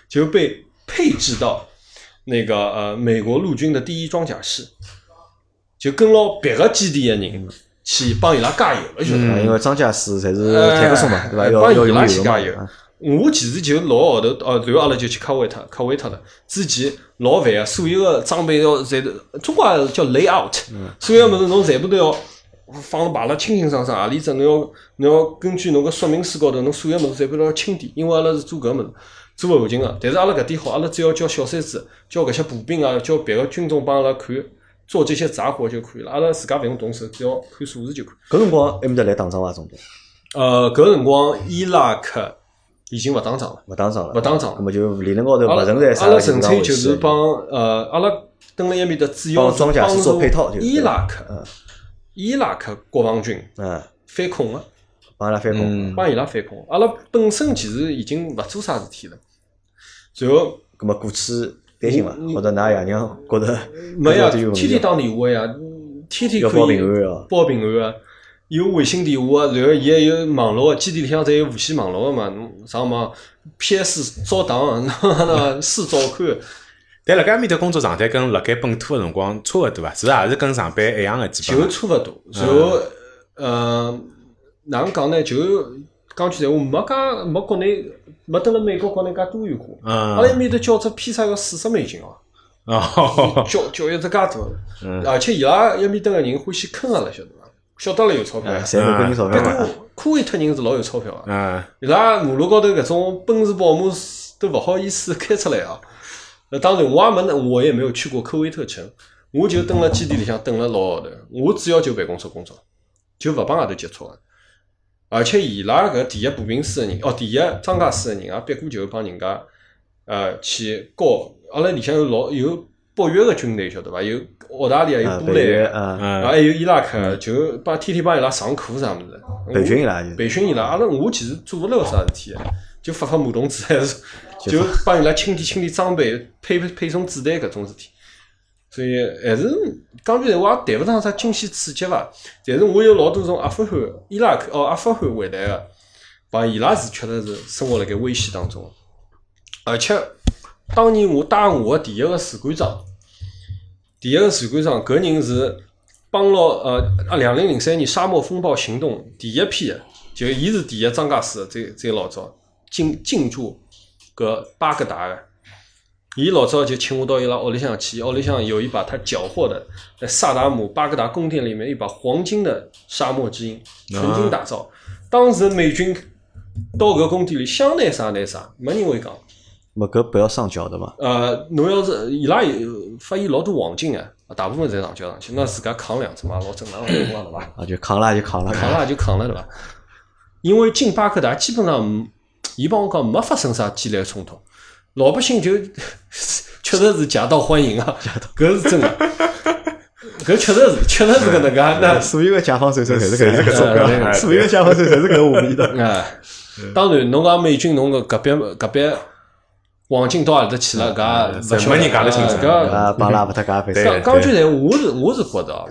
就被配置到那个呃美国陆军的第一装甲师，就跟牢别个基地的人去帮伊拉加油了，就是。
啊因为张家师侪是呃坦克车嘛，
嗯哎
对伐？
哎
要
帮
要
伊拉
用
去
油嘛
加油。
啊
我其实就六个号头，哦，然后阿拉就去卡维特，卡维特了。之前老烦啊，所有个装备要侪，中国也叫 layout，
嗯
所有个物事侬全部都要放排了清清爽爽，何里只侬要侬要根据侬个说明书高头，侬所有物事全部都要清点，因为阿拉是做搿物事。做后勤个，但是阿拉搿点好，阿拉只要叫小三子，叫搿些步兵啊，叫别个军种帮阿拉看做这些杂活就可以了，阿拉自家勿用动手，只要看数字就可以。
搿辰光埃面搭来打仗伐？中间
呃，搿辰光伊拉克已经勿打仗了，
勿打仗了，
勿打仗
咁么就理论高头
阿
勿
拉
存呃在啥
阿拉
紧张
纯
危
粹就
险
是帮呃阿拉蹲辣埃面的主要
帮
是
装甲
帮
师做
助
配套就是
伊拉克
嗯
伊拉克国防军
嗯，
反恐个，
帮伊拉翻
嗯
工。
帮伊拉反恐。阿拉本身其实已经勿做啥事体了，然后
咁么过去担心伐？
嗯嗯
或者㑚爷娘觉得
没
搿到
呀，
底有
天
问题
天
伐
打电话呀，天天
要
可
报
以
平安哦。
报平安啊，有卫星电话啊，然后伊还有网络啊，基地里向侪有无线网络个嘛，侬上网 PS 照打，那 [LAUGHS] 那书照看。
但辣盖埃面搭工作状态跟辣盖本土个辰光差勿多伐？其实也是跟上班一样个，基本
就
上。
差勿多。然后，呃，哪能讲呢？就讲句实话，没介没国内没登了美国国内介多元化。阿
[LAUGHS]
拉埃
嗯，
面头叫只披萨要四十美金哦，
哦，
叫叫一只介大
嗯，
而且伊拉埃面搭个人欢喜坑阿拉，晓得伐？晓得了有钞票
哎，
呀。
侪是跟你钞票
别
嘛啊
个。科威特人是老有钞票啊，
嗯，
伊拉马路高头搿种奔驰、宝马都勿好意思开出来啊。那当然，我也没那，我也没有去过科威特城，我就蹲辣基地里向蹲了老号头，我主要就办公室工作，就勿帮外头接触啊个。啊而且伊拉搿第一步兵师个人，哦，第一装甲师个人也别过就帮人家呃去教，阿拉里向有老有北约个军队晓得伐？有澳大利亚，有
啊，
波
北约，
兰，
啊，
然
嗯
后还有伊拉克，就帮天天帮伊拉上课啥物事。
培训伊拉就
培训伊拉，阿拉我其实做勿了啥事体，啊就发发马桶纸，还是就帮伊拉清理清理装备、配配送子弹搿种事体。所以还是讲句实话，也谈勿上啥惊喜刺激伐。但是我有老多从阿富汗、伊拉克哦阿富汗回来个，帮伊拉是确实是生活辣盖危险当中，而且当年我带我的第一个士官长，第一个士官长搿人是帮牢呃啊两零零三年沙漠风暴行动第一批的，就伊是第一张家师，最最老早进进驻搿巴格达的。伊老早就请我到伊拉屋里向去，屋里向有一把他缴获的，在萨达姆巴格达宫殿里面一把黄金的沙漠之鹰，纯金打造。当时美军到搿宫殿里想拿啥拿啥，没人会讲。
么搿不要上交的嘛，
呃，侬要是伊拉有发现老多黄金啊，大部分侪上交上去，那自家扛两只嘛，老正常个辰光对
[LAUGHS]
伐？
啊，就扛了就扛了，
扛了也就扛了对伐？因为进巴格达基本上，嗯伊帮我讲没发生啥激烈冲突，老百姓就 [LAUGHS] 确实是夹道欢迎
[LAUGHS]
啊，搿是真的，搿确实是确实是搿能介
[LAUGHS]
那。
哎所有的甲方手手侪是搿
搿种
种啊
哎
[LAUGHS] 所有的甲方手手侪是搿五味
[LAUGHS]
的。
哎，当然，侬讲美军侬搿隔壁隔壁黄金到何里搭去了，搿也勿晓得
没人讲得清楚
哎搿
啊，帮拉勿搭嘎反
对
正
讲讲句实话，我是我是觉得啊，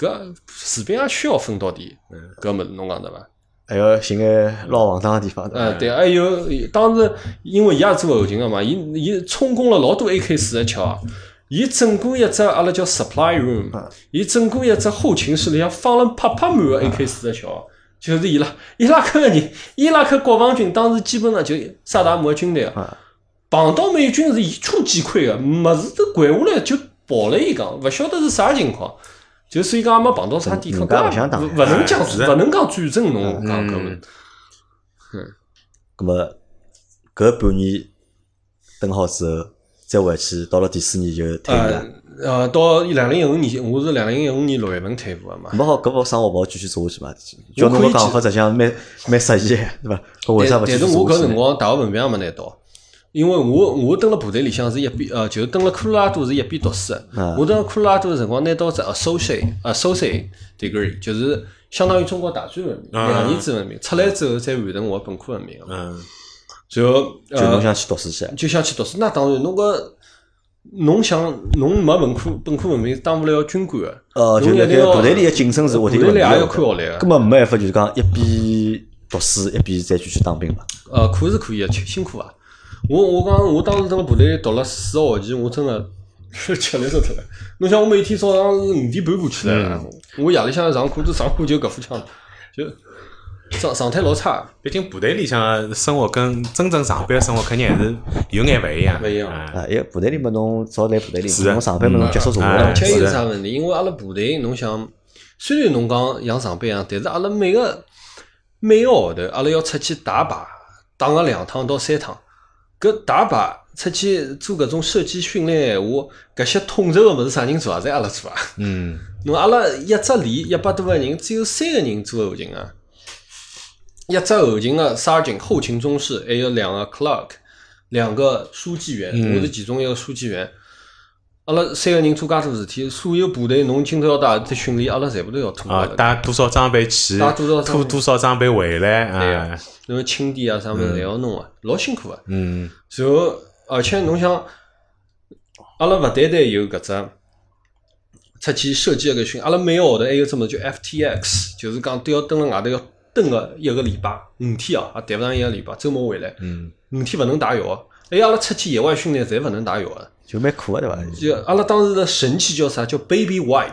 搿士兵也需要分到底，搿物事侬讲对伐？
还要寻个捞黄汤的地方的。
呃，对，还有当时因为伊也做后勤个嘛，伊伊充公了老多 AK 四十七啊，伊整个一只阿拉叫 supply room，伊
嗯
整个一只后勤室里向放了啪啪满个 AK 四十七啊。就是伊拉伊拉克个人，伊拉克国防军当时基本上就萨达姆个军队啊，
啊，
碰到美军是一触即溃个，物事都掼下来就跑了一讲，勿晓得是啥情况。就所以讲也没碰到啥抵抗，
嗯人家
搿也
勿想打哎啊
勿勿能讲
是的
勿能讲战争，侬讲搿问
嗯
题。
葛么搿半年等好之后，再回去，到了第四年就退役
呃
了。
呃，到两零一五年，我是两零一五年六月份退伍的嘛。
没好，搿不生活勿好继续做下去嘛？叫侬个讲法，实际上蛮蛮适意的，对伐？搿为啥
但
勿继
但
续
是
做
我搿
下去
辰
呢？
光大学文凭也没拿到，因为我我蹲辣部队里向是一边呃，就是蹲辣科罗拉多是一边读书的
嗯。
我蹲辣科罗拉多的辰光拿到只 associate associate degree，就是相当于中国大专文凭，
嗯
两年制文凭。出来之后再完成我的本科文凭。
嗯，
然后
就侬
呃，
想去读书去，啊
就想去读书，那当然侬搿。侬想，侬没文科本科文凭，当不了军官的。
呃，就
侬
辣
一定
盖
要
部队里个竞争是
部
我
队
定个
里
问
也
题
要
的。
看学历个
根。本没办法，就是讲一边读书一边再继续当兵嘛。
呃，可是可以的，吃辛苦啊。我我讲，我当时蹲部队里读了四个学期，我真的 [LAUGHS] 吃力死脱了。侬想，我每天早上是五点半过去的，
嗯
我夜里向上课都上课就搿副腔，就状状态老差。
毕竟部队里向生活跟真正上班生活肯定还是有眼勿一样，
勿一样
啊
啊，因为部队里嘛，侬早来部队里，
是
侬上班嘛，
嗯
侬接触社会
哎
了
而
嘛。
且
是
有
的
啥问题？因为阿拉部队，侬想，虽然侬讲像上班一样，但是阿拉每个每个号头，阿拉要出去打靶，打个两趟到三趟。搿打靶出去做搿种射击训练闲话，搿些统筹个物事啥人做啊？侪阿拉做啊！
嗯，
侬阿拉一只连一百多个人，只有三个人做后勤啊。一只后勤个 sergeant 后勤中士，还有两个 clerk，两个书记员，
嗯
我是其中一个书记员。阿拉三个人做介多事体，所有部队侬今朝要带的训练，阿拉全部都要通过
啊，
的。
带多少装备去，
带多少装备
拖多少装备回来
对
啊
啊，然后清点啊啥物事侪要弄啊，老辛苦啊。
嗯
然后，呃而且侬想，阿拉勿单单有搿只出去射击个搿训，阿拉每个号头还有只物事叫 FTX，就是讲都要蹲辣外头要蹲个一个礼拜五天啊，也谈勿上一个礼拜，周末回来
嗯，
五天勿能打药，还有阿拉出去野外训练侪勿能打药个。
就蛮苦个对伐？
就阿拉当时的神器叫啥？叫 Baby Wipe，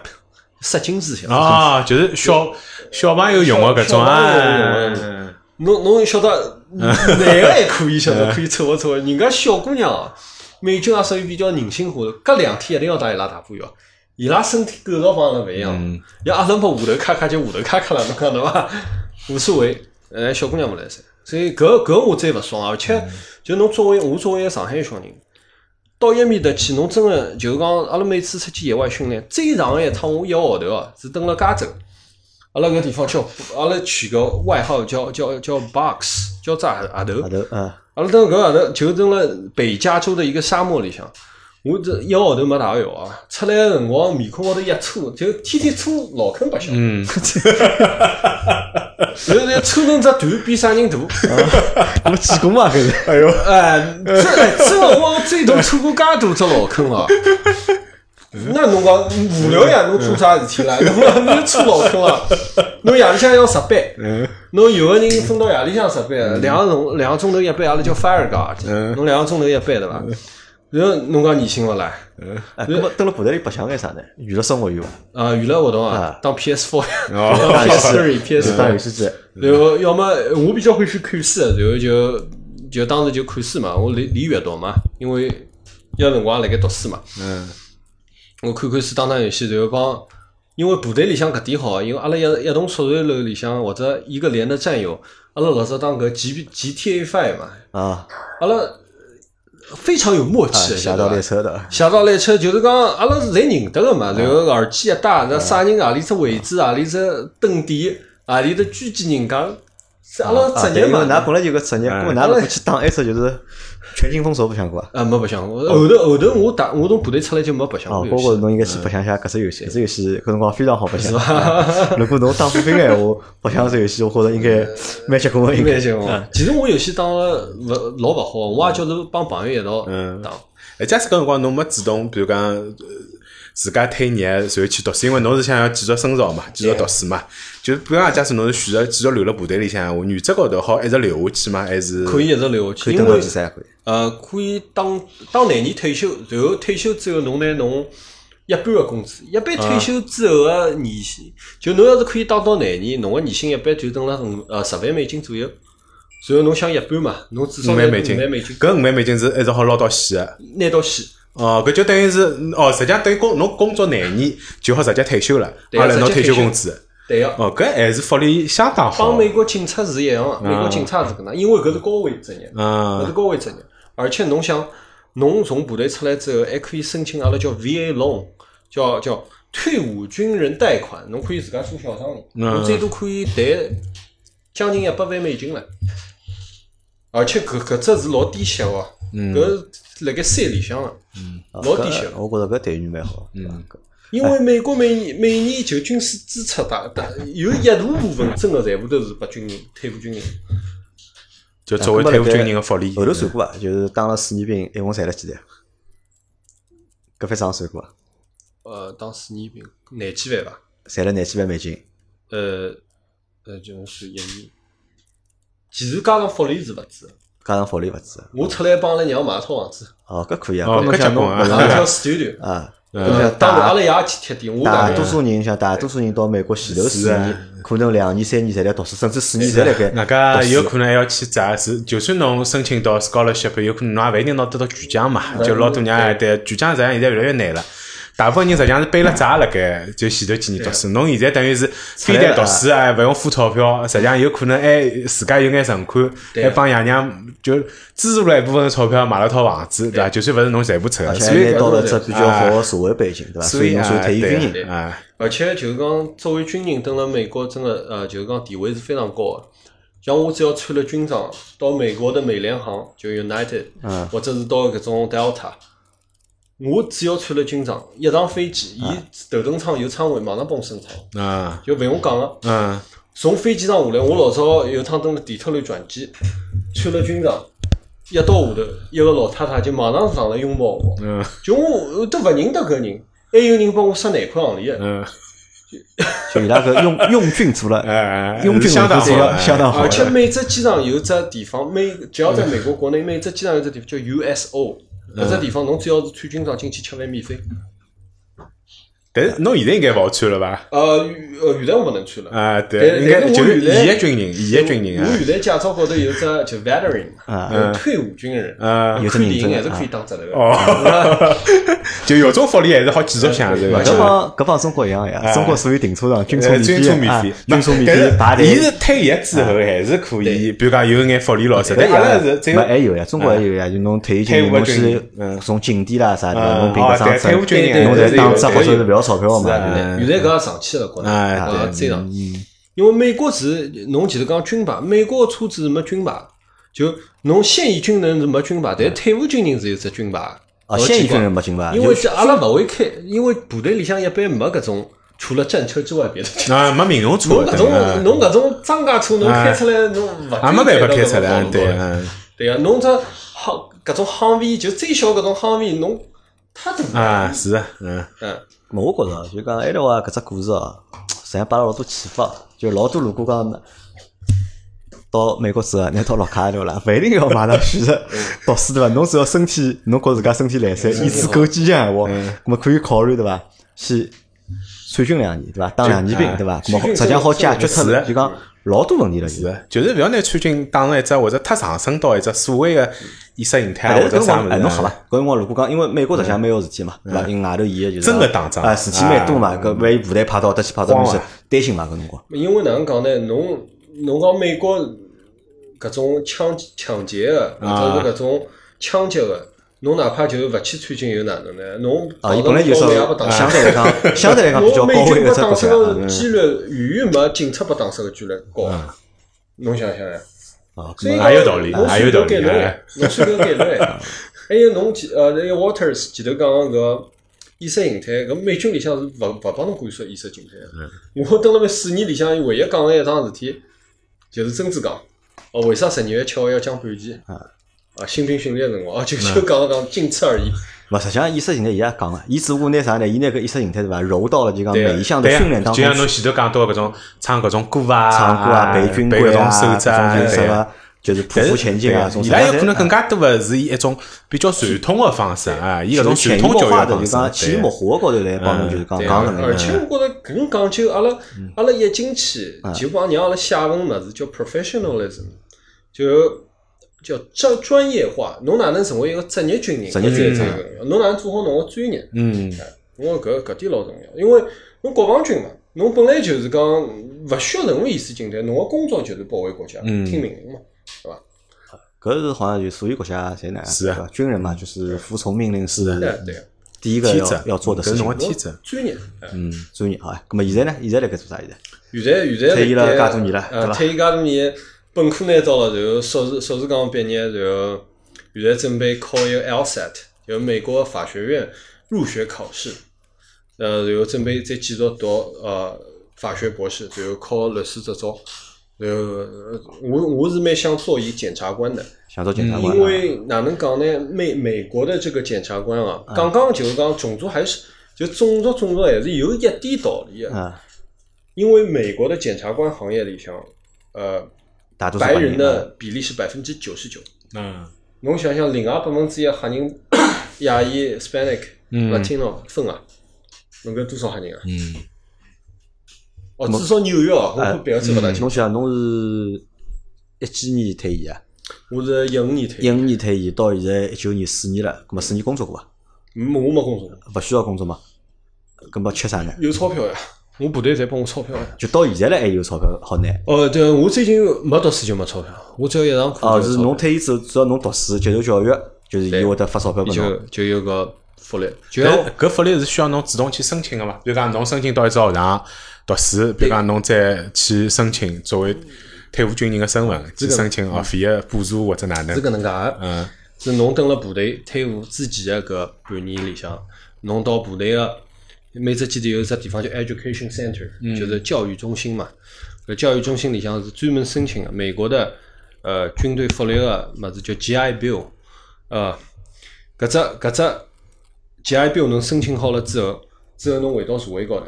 杀菌水。晓得伐
啊，就是小小朋友用的搿种
小朋友用的
啊，
搿侬侬晓
[LAUGHS]
得，男个也可以晓得，可以凑合凑合。人家小姑娘啊，美军也属于比较人性化的，隔两天一定要带伊拉打破药。伊拉身体构造帮阿拉勿一样，
嗯，
要阿拉么下头咔咔就下头咔咔了，侬讲对伐？无所谓，呃，小姑娘勿来塞，所以搿搿我最勿爽啊，而且就侬作为我作为一个上海的小人，到埃面搭去，侬真个就是讲，阿拉每次出去野外训练，最长个一趟我一个号头哦，是蹲辣加州。阿拉搿地方叫，阿拉取个外号叫叫叫 box，叫啥阿头
[LAUGHS] 外？头啊，
阿拉等搿个头就蹲辣北加州的一个沙漠里向，我这一个号头没汏油啊，出来个辰光面孔高头一搓，就天天搓老坑白相，[LAUGHS]
嗯，
然后搓成只团比啥人大。
我见过嘛，搿是。
哎呦，
哎，这这个我最多出过介多只老坑了。 [LAUGHS] 那侬讲无聊呀，侬做啥事体啦？侬讲侬出老坑 [LAUGHS] 啊？侬夜里向要值班，侬有个人分到夜里向值班，两个钟两个钟头一班，阿拉叫 fire guard，侬两个钟头一班对伐？然后侬讲年薪勿啦？
哎，搿么蹲辣部队里白相干啥呢？娱乐生活有伐？
啊，娱乐活动啊
啊，
当 PS Four， [LAUGHS]
哦
当 PS Three、PS
是
Five
当游。戏机。
然后要么我比较欢喜看书，然后就就当时就看书嘛，我理理阅读嘛，因为要辰光辣盖读书嘛，
嗯，
我看看书打打游戏，然后帮，因为部队里向搿点好，啊因为阿拉一一栋宿舍楼里向或者一个连的战友，阿拉老早当搿 G G T A Five 嘛，
啊，
阿拉非常有默
啊
契，
侠
晓
盗
得伐
猎车的，
下到来车就是讲，阿拉是侪认得个
嗯
嘛，然后耳机一戴，那啥人啊何里只位置，何里只蹲点，何里只狙击人家，是阿
啊
拉职业嘛。
㑚本来就个职业，
哎
搿么㑚如果去打 S 就是全境封锁白相过啊？
啊，没白相过。后头后头我打我从部队出来就没白相
啊，
过
包
游
括
戏，
侬应该去白相一下搿只游戏，搿只游戏搿辰光非常好白相。啊 [LAUGHS] 如果侬当兵个闲话，白相这游戏，我觉着应该蛮结棍个，嗯应
应该
该。
行哦。其实我游戏打了勿老勿好，我也叫是帮朋友一道
嗯
打。
哎，假使搿辰光侬没主动，比如讲呃自家退业，然后去读书，因为侬是想要继续深造嘛，继续读书嘛。就是比如讲，假使侬是选择继续留辣部队里向，闲话，原则高头好一直留下去吗？还是
可以？一直留下
可
去，
以
因
登到
为
比赛，可以。
呃，可以当当廿年退休，然后退休之后，侬拿侬一半个工资。一般退休之后个年薪，就侬要是可以当到廿年，侬个年薪一般就等辣五呃十万美金左右。然后侬想一半嘛，侬至少
五
拿
万
五
美金，
万美金
搿五万美金是一直好捞到死个。
拿到死。
哦，搿就等于是哦，实际上等于工侬工作廿年就好直接退休了，
对啊
阿拉拿
直接
退
退
休
休
工资。
对个，
哦，搿还是福利相当好啊
帮。美国警察是一样个，美国警察是搿能，因为搿是高危职业，搿是
嗯，
高危职业。而且侬想，侬从部队出来之后，还可以申请阿拉叫 VA loan，叫叫退伍军人贷款，侬可以自家做小生意，
嗯
侬最多可以贷将近一百万美金唻。而且搿搿只是老低息哦，
嗯
搿辣盖山里向个，
啊
老低
搿
效
我觉着搿待遇蛮好。嗯，
因为美国每年每年就军事支出大大有一大部分真个财富都是拨军人退伍军人。
就作为
搿么
退伍
辣盖
军人的福利。
后头算过啊，就是当了四年兵，一共赚了几钿？搿番账算过啊，
呃，当四年兵廿几万吧，
赚了廿几万美金。
呃，呃，就是一年。其实加上福利是勿止的，
加上福利勿止，
我出来帮阿拉娘买一套房子，
哦，搿可以啊。
哦
搿侬
搿
想
结
侬
棍啊
阿拉
[LAUGHS]
叫 studio。
啊，
嗯
侬想
当然，
大
阿拉爷去贴地，我
大
大
多数人，像大多数人到美国前头
是
四
啊
年，可能两年、三年侪在读书，甚至四年侪辣盖。
外加有可能还要去砸，是就算侬申请到 scholarship，有可能侬也勿一定能得到全奖嘛。就老多人也对全奖实际上现在越来越难了。大部分人实际上是背了债辣盖，就前头几年读书。侬现在等于是非但读书啊，勿用付钞票，实际上有可能还自家有眼存款，
对
还帮爷娘就资助了一部分钞票买了套房子，对伐？就算勿是侬全部出的，
而且
所以啊
还拿到了
搿
只
个
比较好的社会背景，对伐？
所
所以
以
侬
啊，
算退役
对
军人，
啊啊，
而且就是讲，作为军人，蹲辣美国真个呃，就是讲地位是非常高个。像我只要穿了军装，到美国的美联航，就 United，、
嗯
或者是到搿种 Delta，我只要穿了军装，一上飞机，伊
啊
头等舱有舱位，马上帮我升舱，
嗯
就勿用讲个。
嗯，
从飞机上下来，我老早有趟蹲辣底特律转机，穿了军装，一到下头，一个老太太就马上上来拥抱我，
嗯
就我我都勿认得搿人，还有人帮我塞廿块行钿个。
嗯，
就伊拉搿用用军族了，
哎，
用军
相
文
当呃
化做了相当好
而。且每只机场有只地方，每只要在美国国内，每只机场有只地方叫 USO，搿
嗯
只地方侬只要是穿军装进去吃饭免费。
但是侬现在应该勿好穿了伐？
呃，呃，原来我勿能穿了。
啊，对，应该
但但是我
就是
原来
现役军人，现役军人啊嗯
我原来驾照高头有只就 veteran，
啊
呃退伍军人，
啊，啊，
有这
看
名
电
字
影还是可以当职头的。
哦， [LAUGHS] 就有种福利还是好继续享受
而
的
且
搿
吧。
帮搿帮中国一样呀，中国所有停车场军车
哎呃，军车免
免
费
费，，军车免费排
但是伊是
队。
退役之后还是可以，
对哎
比如讲有眼福利咯，实但
对
阿
呀
拉是只有
没还有呀，中国还有呀，就侬退役军
退
人，
伍的
侬
军人
去
嗯
从景点啦啥的，
啊
侬，凭搿
哦
张
对，退伍
证，
军人，
侬
对
才
对
当
职
职或者是勿要钞票
是
嘛，
啊
对
原来搿也上去了，国内
哎
啊，
对
这样。因为美国是侬前头讲军牌，美国的车子是没军牌，就侬现役军人是没军牌，
嗯
但退伍军人是有只军牌。
啊，
老
现役
奇怪
军人没进吧？
因为
就
这阿拉勿会开，因为部队里向一般没搿种除了战车之外
[LAUGHS]
别的。
啊，没民用
侬
车
搿
的，
种侬搿种装甲车，侬
哎
开出来侬勿
也啊没办法开出来，
侬
对，
搞不搞
嗯，
对个，侬只航搿种航位就最小搿种航位，侬太大了。
啊，是的，嗯，
嗯，
我觉着就讲埃头啊，搿只故事哦，实际上拨阿拉老多启发，就老多如果讲到美国之后，啊拿到绿卡对伐啦？勿一定要马上选择
嗯
读书对伐？侬只要身体，侬觉自家身体来三，意志够坚强闲话，
嗯
咾么可以考虑对伐？去参军两年对伐？当两年
啊
兵对伐？咾么
军
实际上好解决
是
脱
的
就讲老多问题了。
嗯是啊的，就是勿要拿穿军当成一只或者太上升到一只所谓的意识形态啊
哎，
或
搿辰
者啥
光
物
哎，
事
侬好
啊嗯
伐？搿辰光如果讲，因为美国实际上蛮有事体嘛，对伐？因为外头伊个就是
真的打仗嗯
啊，事体蛮多嘛。搿万一部队派到搭去派到面去
慌啊，
担心嘛搿辰光。
因为哪能讲呢？侬侬讲美国搿种抢抢劫个，或者是搿种枪击个，侬哪怕就是勿去参军又哪能呢？侬
啊，伊本来就
跑
是
到高位也不
[LAUGHS]
打
相对来讲，相对来讲比较高
侬美
位
军
的
被
只
打
国
死
家嗯
个几率远远没警察被打死个几率高啊。侬想想呀，
啊，
所以
也有道理
侬
也有道理
算条
哎
概率侬算条概
[LAUGHS]
率。还有侬前呃，那个 Waters 前头讲个搿意识形态，搿美军里向是勿勿帮侬灌输意识形态
嗯
的。我蹲辣盖四年里向，唯一讲了一桩事体，就是曾志刚。哦，为啥十二月七号要降半旗？
嗯
啊，新兵训练辰光，哦，就就讲了讲仅此而已。
勿实际上意识形态伊也讲了，伊只不过拿啥呢？伊拿搿意识形态对伐，揉到了就讲
对啊
每一项的
对啊
训练当中
就像
去
侬，前头讲到搿种唱搿种歌啊，
唱歌啊、
背
背军
搿
规
种
啊、
守
搿
则啊，
种就是
对
什
啊
么，就是匍
但是
匐前进啊，
对
种
伊
啥
拉有
侪
可能更加多的是以一种比较传统的方式啊，以搿种传
潜移
统
默
教育
化的，就
方式
讲潜移默
对，
化高头来帮侬就是讲
对
讲搿
啊，
能
而
介
且。我觉着搿种讲究，阿拉
嗯
阿拉一进去就帮让阿拉写份物事叫 professionalism，就叫专专业化。侬哪能成为一个职业军人？
职业军人
搿才是最重要。侬哪能做好侬个专业？
嗯，
我觉搿搿点老重要，因为侬国防军嘛，侬本来就是讲勿需要任何意识形态，侬个工作就是保卫国家，
嗯
听命令嘛。
搿是好像就所有国家侪能
是啊
对伐军人嘛，就是服从命令
对
是
啊对啊，
第一个
天
要
职
要做的
搿
事
是
情
侬个。天
侬
职。
专业。哎
嗯，专业好啊。咁么现在呢？现在辣盖做啥？现在
现在现在
退役了
辣盖
介多年了
呃
对吧
退役介多年，本科拿到了，然后硕士硕士刚毕业，然后现在准备考一个 LSAT，就是美国法学院入学考试。呃，然后准备再继续读呃法学博士，然后考律师执照。然后呃我我是蛮想做一检察官的，
想做检察官啊？
因为哪能讲呢？美美国的这个检察官啊，
嗯
刚刚就是讲种族还是就种族种族还是有一点道理的。
啊，
因为美国的检察官行业里向，呃，
大多数
白
白
人
啊
的比例是百分之九十九。
嗯，
侬想想，啊另外百分之一黑人、亚裔、Hispanic、
嗯
Latino 分啊，能够多少黑人啊？
嗯，
哦，至少纽约哦，我
哎
看别个州勿大清。
侬想，侬是一几年退役啊？
我是一五年退
一
役，
五年退役，到现在一九年四年了，咁么四年工作过伐？
嗯我没工作，
勿需要工作嘛？咁么吃啥呢？
有钞票呀，我部队侪拨我钞票呀。
就到现在了还有钞票好拿。
哦，对，我最近没读书就没钞票，我只要一上课
哦，
就有
是
钞
侬
票
退役之后，只要侬读书接受教育，就是伊
对
会得发钞票拨侬
就。就有个福利，就
但
像
搿福利是需要侬主动去申请个嘛？比如讲侬申请到一只学堂读书，比如讲侬再去申请作为退伍军人个身份去申请学费个补助或者哪能
是？搿能介个。
嗯，
是侬蹲辣部队退伍之前个搿半年里向，侬到部队个每只基地有一只地方叫 Education Center，、就是教育中心嘛。搿教育中心里向是专门申请个美国的呃军队福利个物事叫 GI Bill，呃，搿只搿只 GI Bill 侬申请好了之后，之后侬回到社会高头。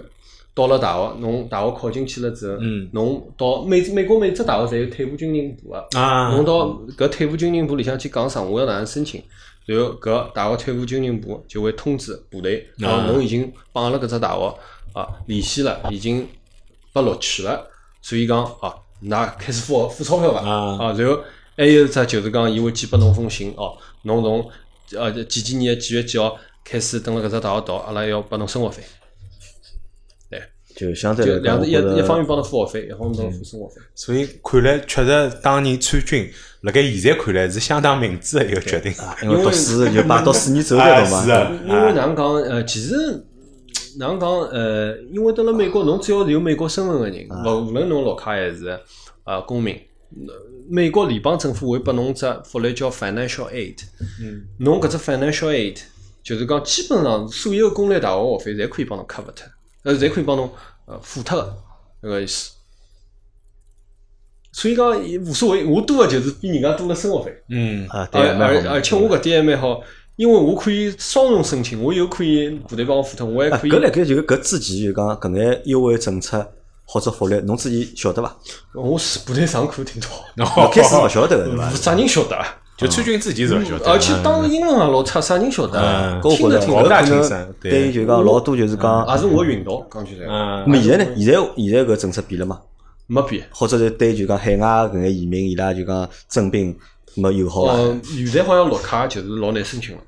到了大学，侬大学考进去了之后，侬到美美国每只大学侪有退伍军人部个、
啊
侬到搿退伍军人部里向去讲啥，我要哪能申请，然后搿大学退伍军人部就会通知部队，哦，
啊
侬已经帮阿拉搿只大学啊联系了，已经被录取了，所以讲啊，㑚开始付付钞票伐？
啊
啊，然后还有一只就是讲，伊会寄拨侬封信哦，侬从呃几几年几月几号开始蹲辣搿只大学读，阿拉要拨侬生活费，
就相对
就
来讲，
两
我
一
觉得
一方面帮侬付学费，一方面帮侬付生活费。
所以看来确实当年参军，辣盖现在看来是相当明智的一个决定。
因为读书就摆到四年走
哎
了，懂
是
伐？
啊，
因为哪能讲，呃，其实哪能讲，呃，因为到了美国，侬只要是有美国身份个人，勿无论侬绿卡还是呃公民，美国联邦政府会拨侬只福利叫 financial aid，
嗯，
侬搿只 financial aid 就是讲基本上所有公立大学学费侪可以帮侬 cover 脱，呃，侪可以帮侬呃付脱的，搿个意思。所以讲也无所谓，我多的就是比人家多了生活费，
嗯
啊，对
呃而
啊，蛮好
而
的
而且我搿点还蛮好，因为我可以双重申请，我又可以部队帮我付脱，我还
啊
可以
搿辣盖就是搿之前就讲搿眼优惠政策或者福利，侬自己晓得伐？
我是部队上课听到，
一开始勿晓得个对伐？
啥人晓得啊？
就川军自己是不晓得，
而且当
嗯
英文啊也老差，啥人晓得啊？
嗯
搿我觉
听得
着
听
老
可
得，
大精
能
深对
对于就讲老多就是讲，
也是我运道，讲句实话，
嗯
那么现在呢？现在现在搿政策变了嘛？
没变。
或者是对就讲海外搿眼移民伊拉就讲征兵没友好伐？啊
嗯
哦，现在好像绿卡就是老难申请了，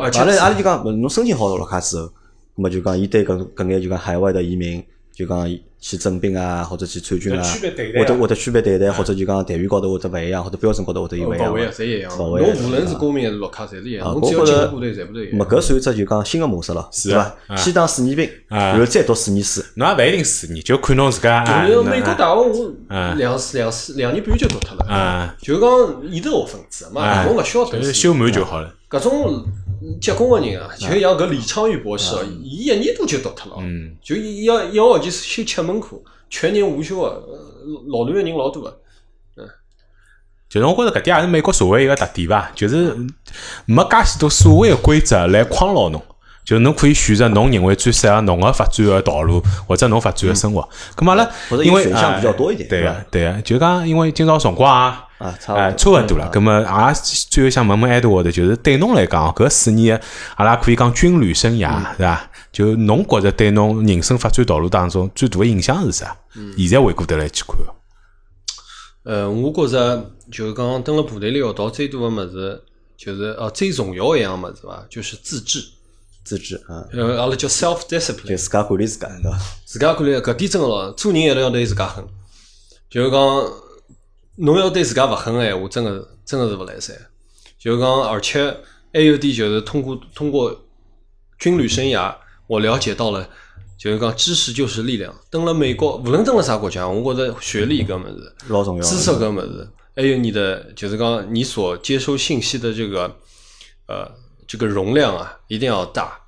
而且
阿嗯拉阿拉就讲，侬申请好绿卡之后，那么就讲伊对搿搿眼就讲海外的移民，就讲去征兵啊，或者去参军啊，
有区别对待啊
会得会得区别对待，或者就讲待遇高头会得勿一样，或者标准高头会得有勿一
哦
勿
样
会
嘛
啊，。侪一样。
勿
侬
会啊
无论是公民还是绿卡，侪是一
啊
样。侬
我
只要
觉
进
得
入部队，全部都一
那么
样。
搿算一只就讲新的模式了，
是
对伐？
啊
先当四年兵，
啊
然后再读四年书。
侬也勿一定是，你就看侬自家
哎
啊。
就是美国
大
大学，我
嗯
两两两年半就读脱
嗯
了，
啊，
就讲伊头学分制嘛，
嗯
侬勿需要读
就
书。
是修满就好了。
搿种结棍个人啊，就像搿李昌钰博士哦，伊一年多就读脱了。
嗯，
就一要一个学期修七门课，全年无休个，老乱个人老多啊个。
就是我觉着搿点也是美国社会一个特点吧，就是没介许多所谓的规则来框牢侬。就是侬可以选择侬认为最适合侬个发展个道路，或者侬发展个生活。咁阿拉
嗯或者
因为
选项
啊
比较多一点
对
是
个
吧，
对个，就讲因为今朝辰光啊，
啊，差
哎，
勿
差
多。
勿多了。咁么，也最后想问问 Edward，的就是对侬来讲，搿四年的阿拉可以讲军旅生涯是伐？就侬觉着对侬人生发展道路当中最大的影响是啥？现在回过头来去看，
呃，我觉着就是讲蹲辣部队里学到最多个物事，就是呃最重要一样物事伐，就是自制。
自制啊，
呃，阿拉叫 self
就
discipline，
自家管理自家，对伐？
自家管理搿点真个咯，做人一定要对自家狠。就是讲，侬要对自家勿狠个闲话，真个是真个是勿来三。就是讲，而且还有点就是通过通过军旅生涯，我了解到了，就是讲知识就是力量。登了美国，无论登了啥国家，我觉着学历搿物事，
老重要了。
知识搿物事，还有哎你的就是讲你所接收信息的这个呃这个容量啊，一定要大。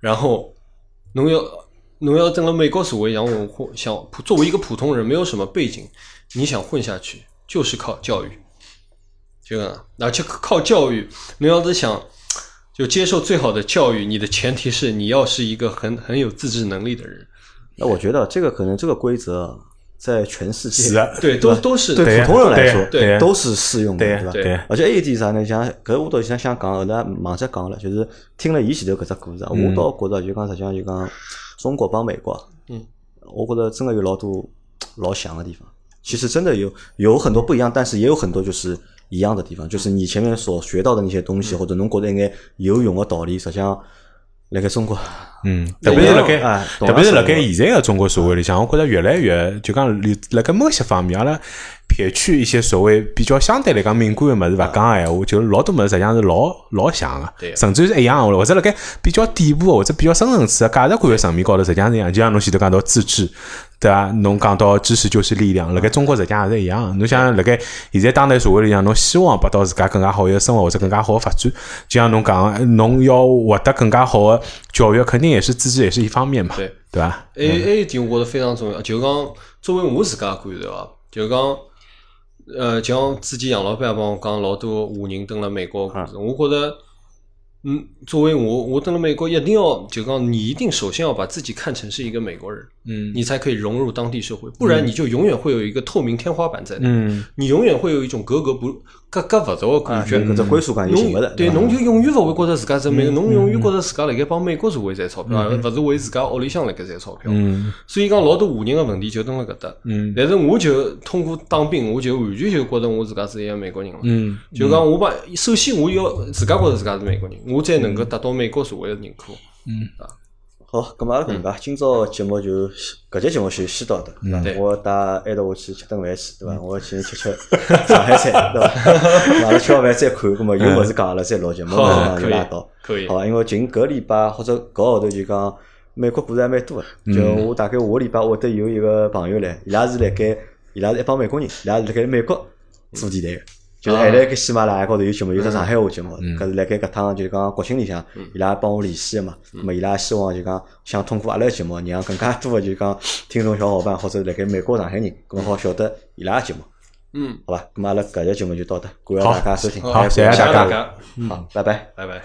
然后侬要侬要登了美国社会，然后我混想普作为一个普通人，没有什么背景，你想混下去就是靠教育，这个而且靠教育，侬要是想。就接受最好的教育，你的前提是你要是一个很很有自制能力的人，
那我觉得这个可能这个规则啊在全世界
是啊
对，都都是
对
呀
普通人来说，
对呀
都是适用的，
对呀
对吧？
对呀
而且还有一点啥呢？像搿我倒想想讲，后头忙着讲了，就是听了伊前头搿只故事啊，
嗯
我倒觉着就讲实际上就讲中国帮美国，啊
嗯，
我觉着真的有老多老像的地方。其实真的有有很多不一样，但是也有很多就是一样的地方，就是你前面所学到的那些东
嗯
西，或者侬觉得应该有用的道理，实际上辣盖中国，
嗯，特别是辣盖
哎，懂
特别是
了
辣盖现在的中国社会里向，我觉着越来越就讲里辣盖某些方面，阿拉撇去一些所谓比较相对来讲敏感的物事勿讲闲话，就老多物事实际上是老老像
对啊呀
个，甚至是一样个，或者辣盖比较底部或者比较深层次的价值观的层面高头，实际上是一样。就像侬前头讲到自制，对伐？侬讲到知识就是力量，辣
啊
盖中国实际上也是一样。侬想辣盖现在当代社会里向，侬希望得到自家更加好一个生活或者更加好的发展，就像侬讲的，侬要获得更加好的教育，肯定也是自制也是一方面嘛，
对
对伐？
还有还有一点，我觉得非常重要，就讲作为我自家感受啊，就讲，呃，就像之前杨老板也帮我讲老多华人蹲辣美国的故
啊
事，我觉得，嗯，作为我，我蹲辣美国一定要就讲，你一定首先要把自己看成是一个美国人，
嗯
你才可以融入当地社会，不然你就永远会有一个透明天花板在那，
嗯，
你永远会有一种格格不格格勿入的
啊
感觉。
嗯
搿只归属感就寻勿着，
侬对，
吧
侬就永远勿会觉着自家是美，侬
嗯
永远觉着自家辣盖帮美国社会赚钞票，而勿是为自家屋里向辣盖赚钞票。
嗯
所以讲老多华人个问题就蹲辣搿搭。
嗯
但是我就通过当兵，我就完全就觉着我自家是一个美国人了。
嗯
就讲我把首先我要自家觉着自家是美国人，我才能够得到美国社会个认可。
嗯 ừ.
好，咁嘛，阿拉搿能
嗯
介，今朝节目就先搿节节目就先到搿，对
对嗯
伐？我带埃头我去吃顿饭去，对伐？我要去吃吃上海菜，对 [LAUGHS] 伐？阿拉吃好饭再看，咁么有物事讲阿拉再录节目，
好
没事讲
可
就
以
拉倒，
可以
好伐？因为近搿礼拜或者搿号头就讲
嗯
美国故事还蛮多个，就我大概下个礼拜会得有一个朋友来，伊拉是辣盖伊拉是一帮美国人，伊拉是辣盖美国做电台个，就是还辣盖喜马拉雅高头有节目，有只上海话节目，
嗯
搿是辣盖搿趟就是讲国庆里向，伊拉帮我联系个嘛，咾么伊拉希望就讲想通过阿拉个节目，让更加多个就是讲听众小伙伴或者辣盖美国上海人，更好晓得伊拉个节目，
嗯，
好吧？咾么阿拉搿集节目就到这，感谢
好
大家收听，
好谢谢
谢
大
大
家嗯
家，
好，拜拜。
拜拜。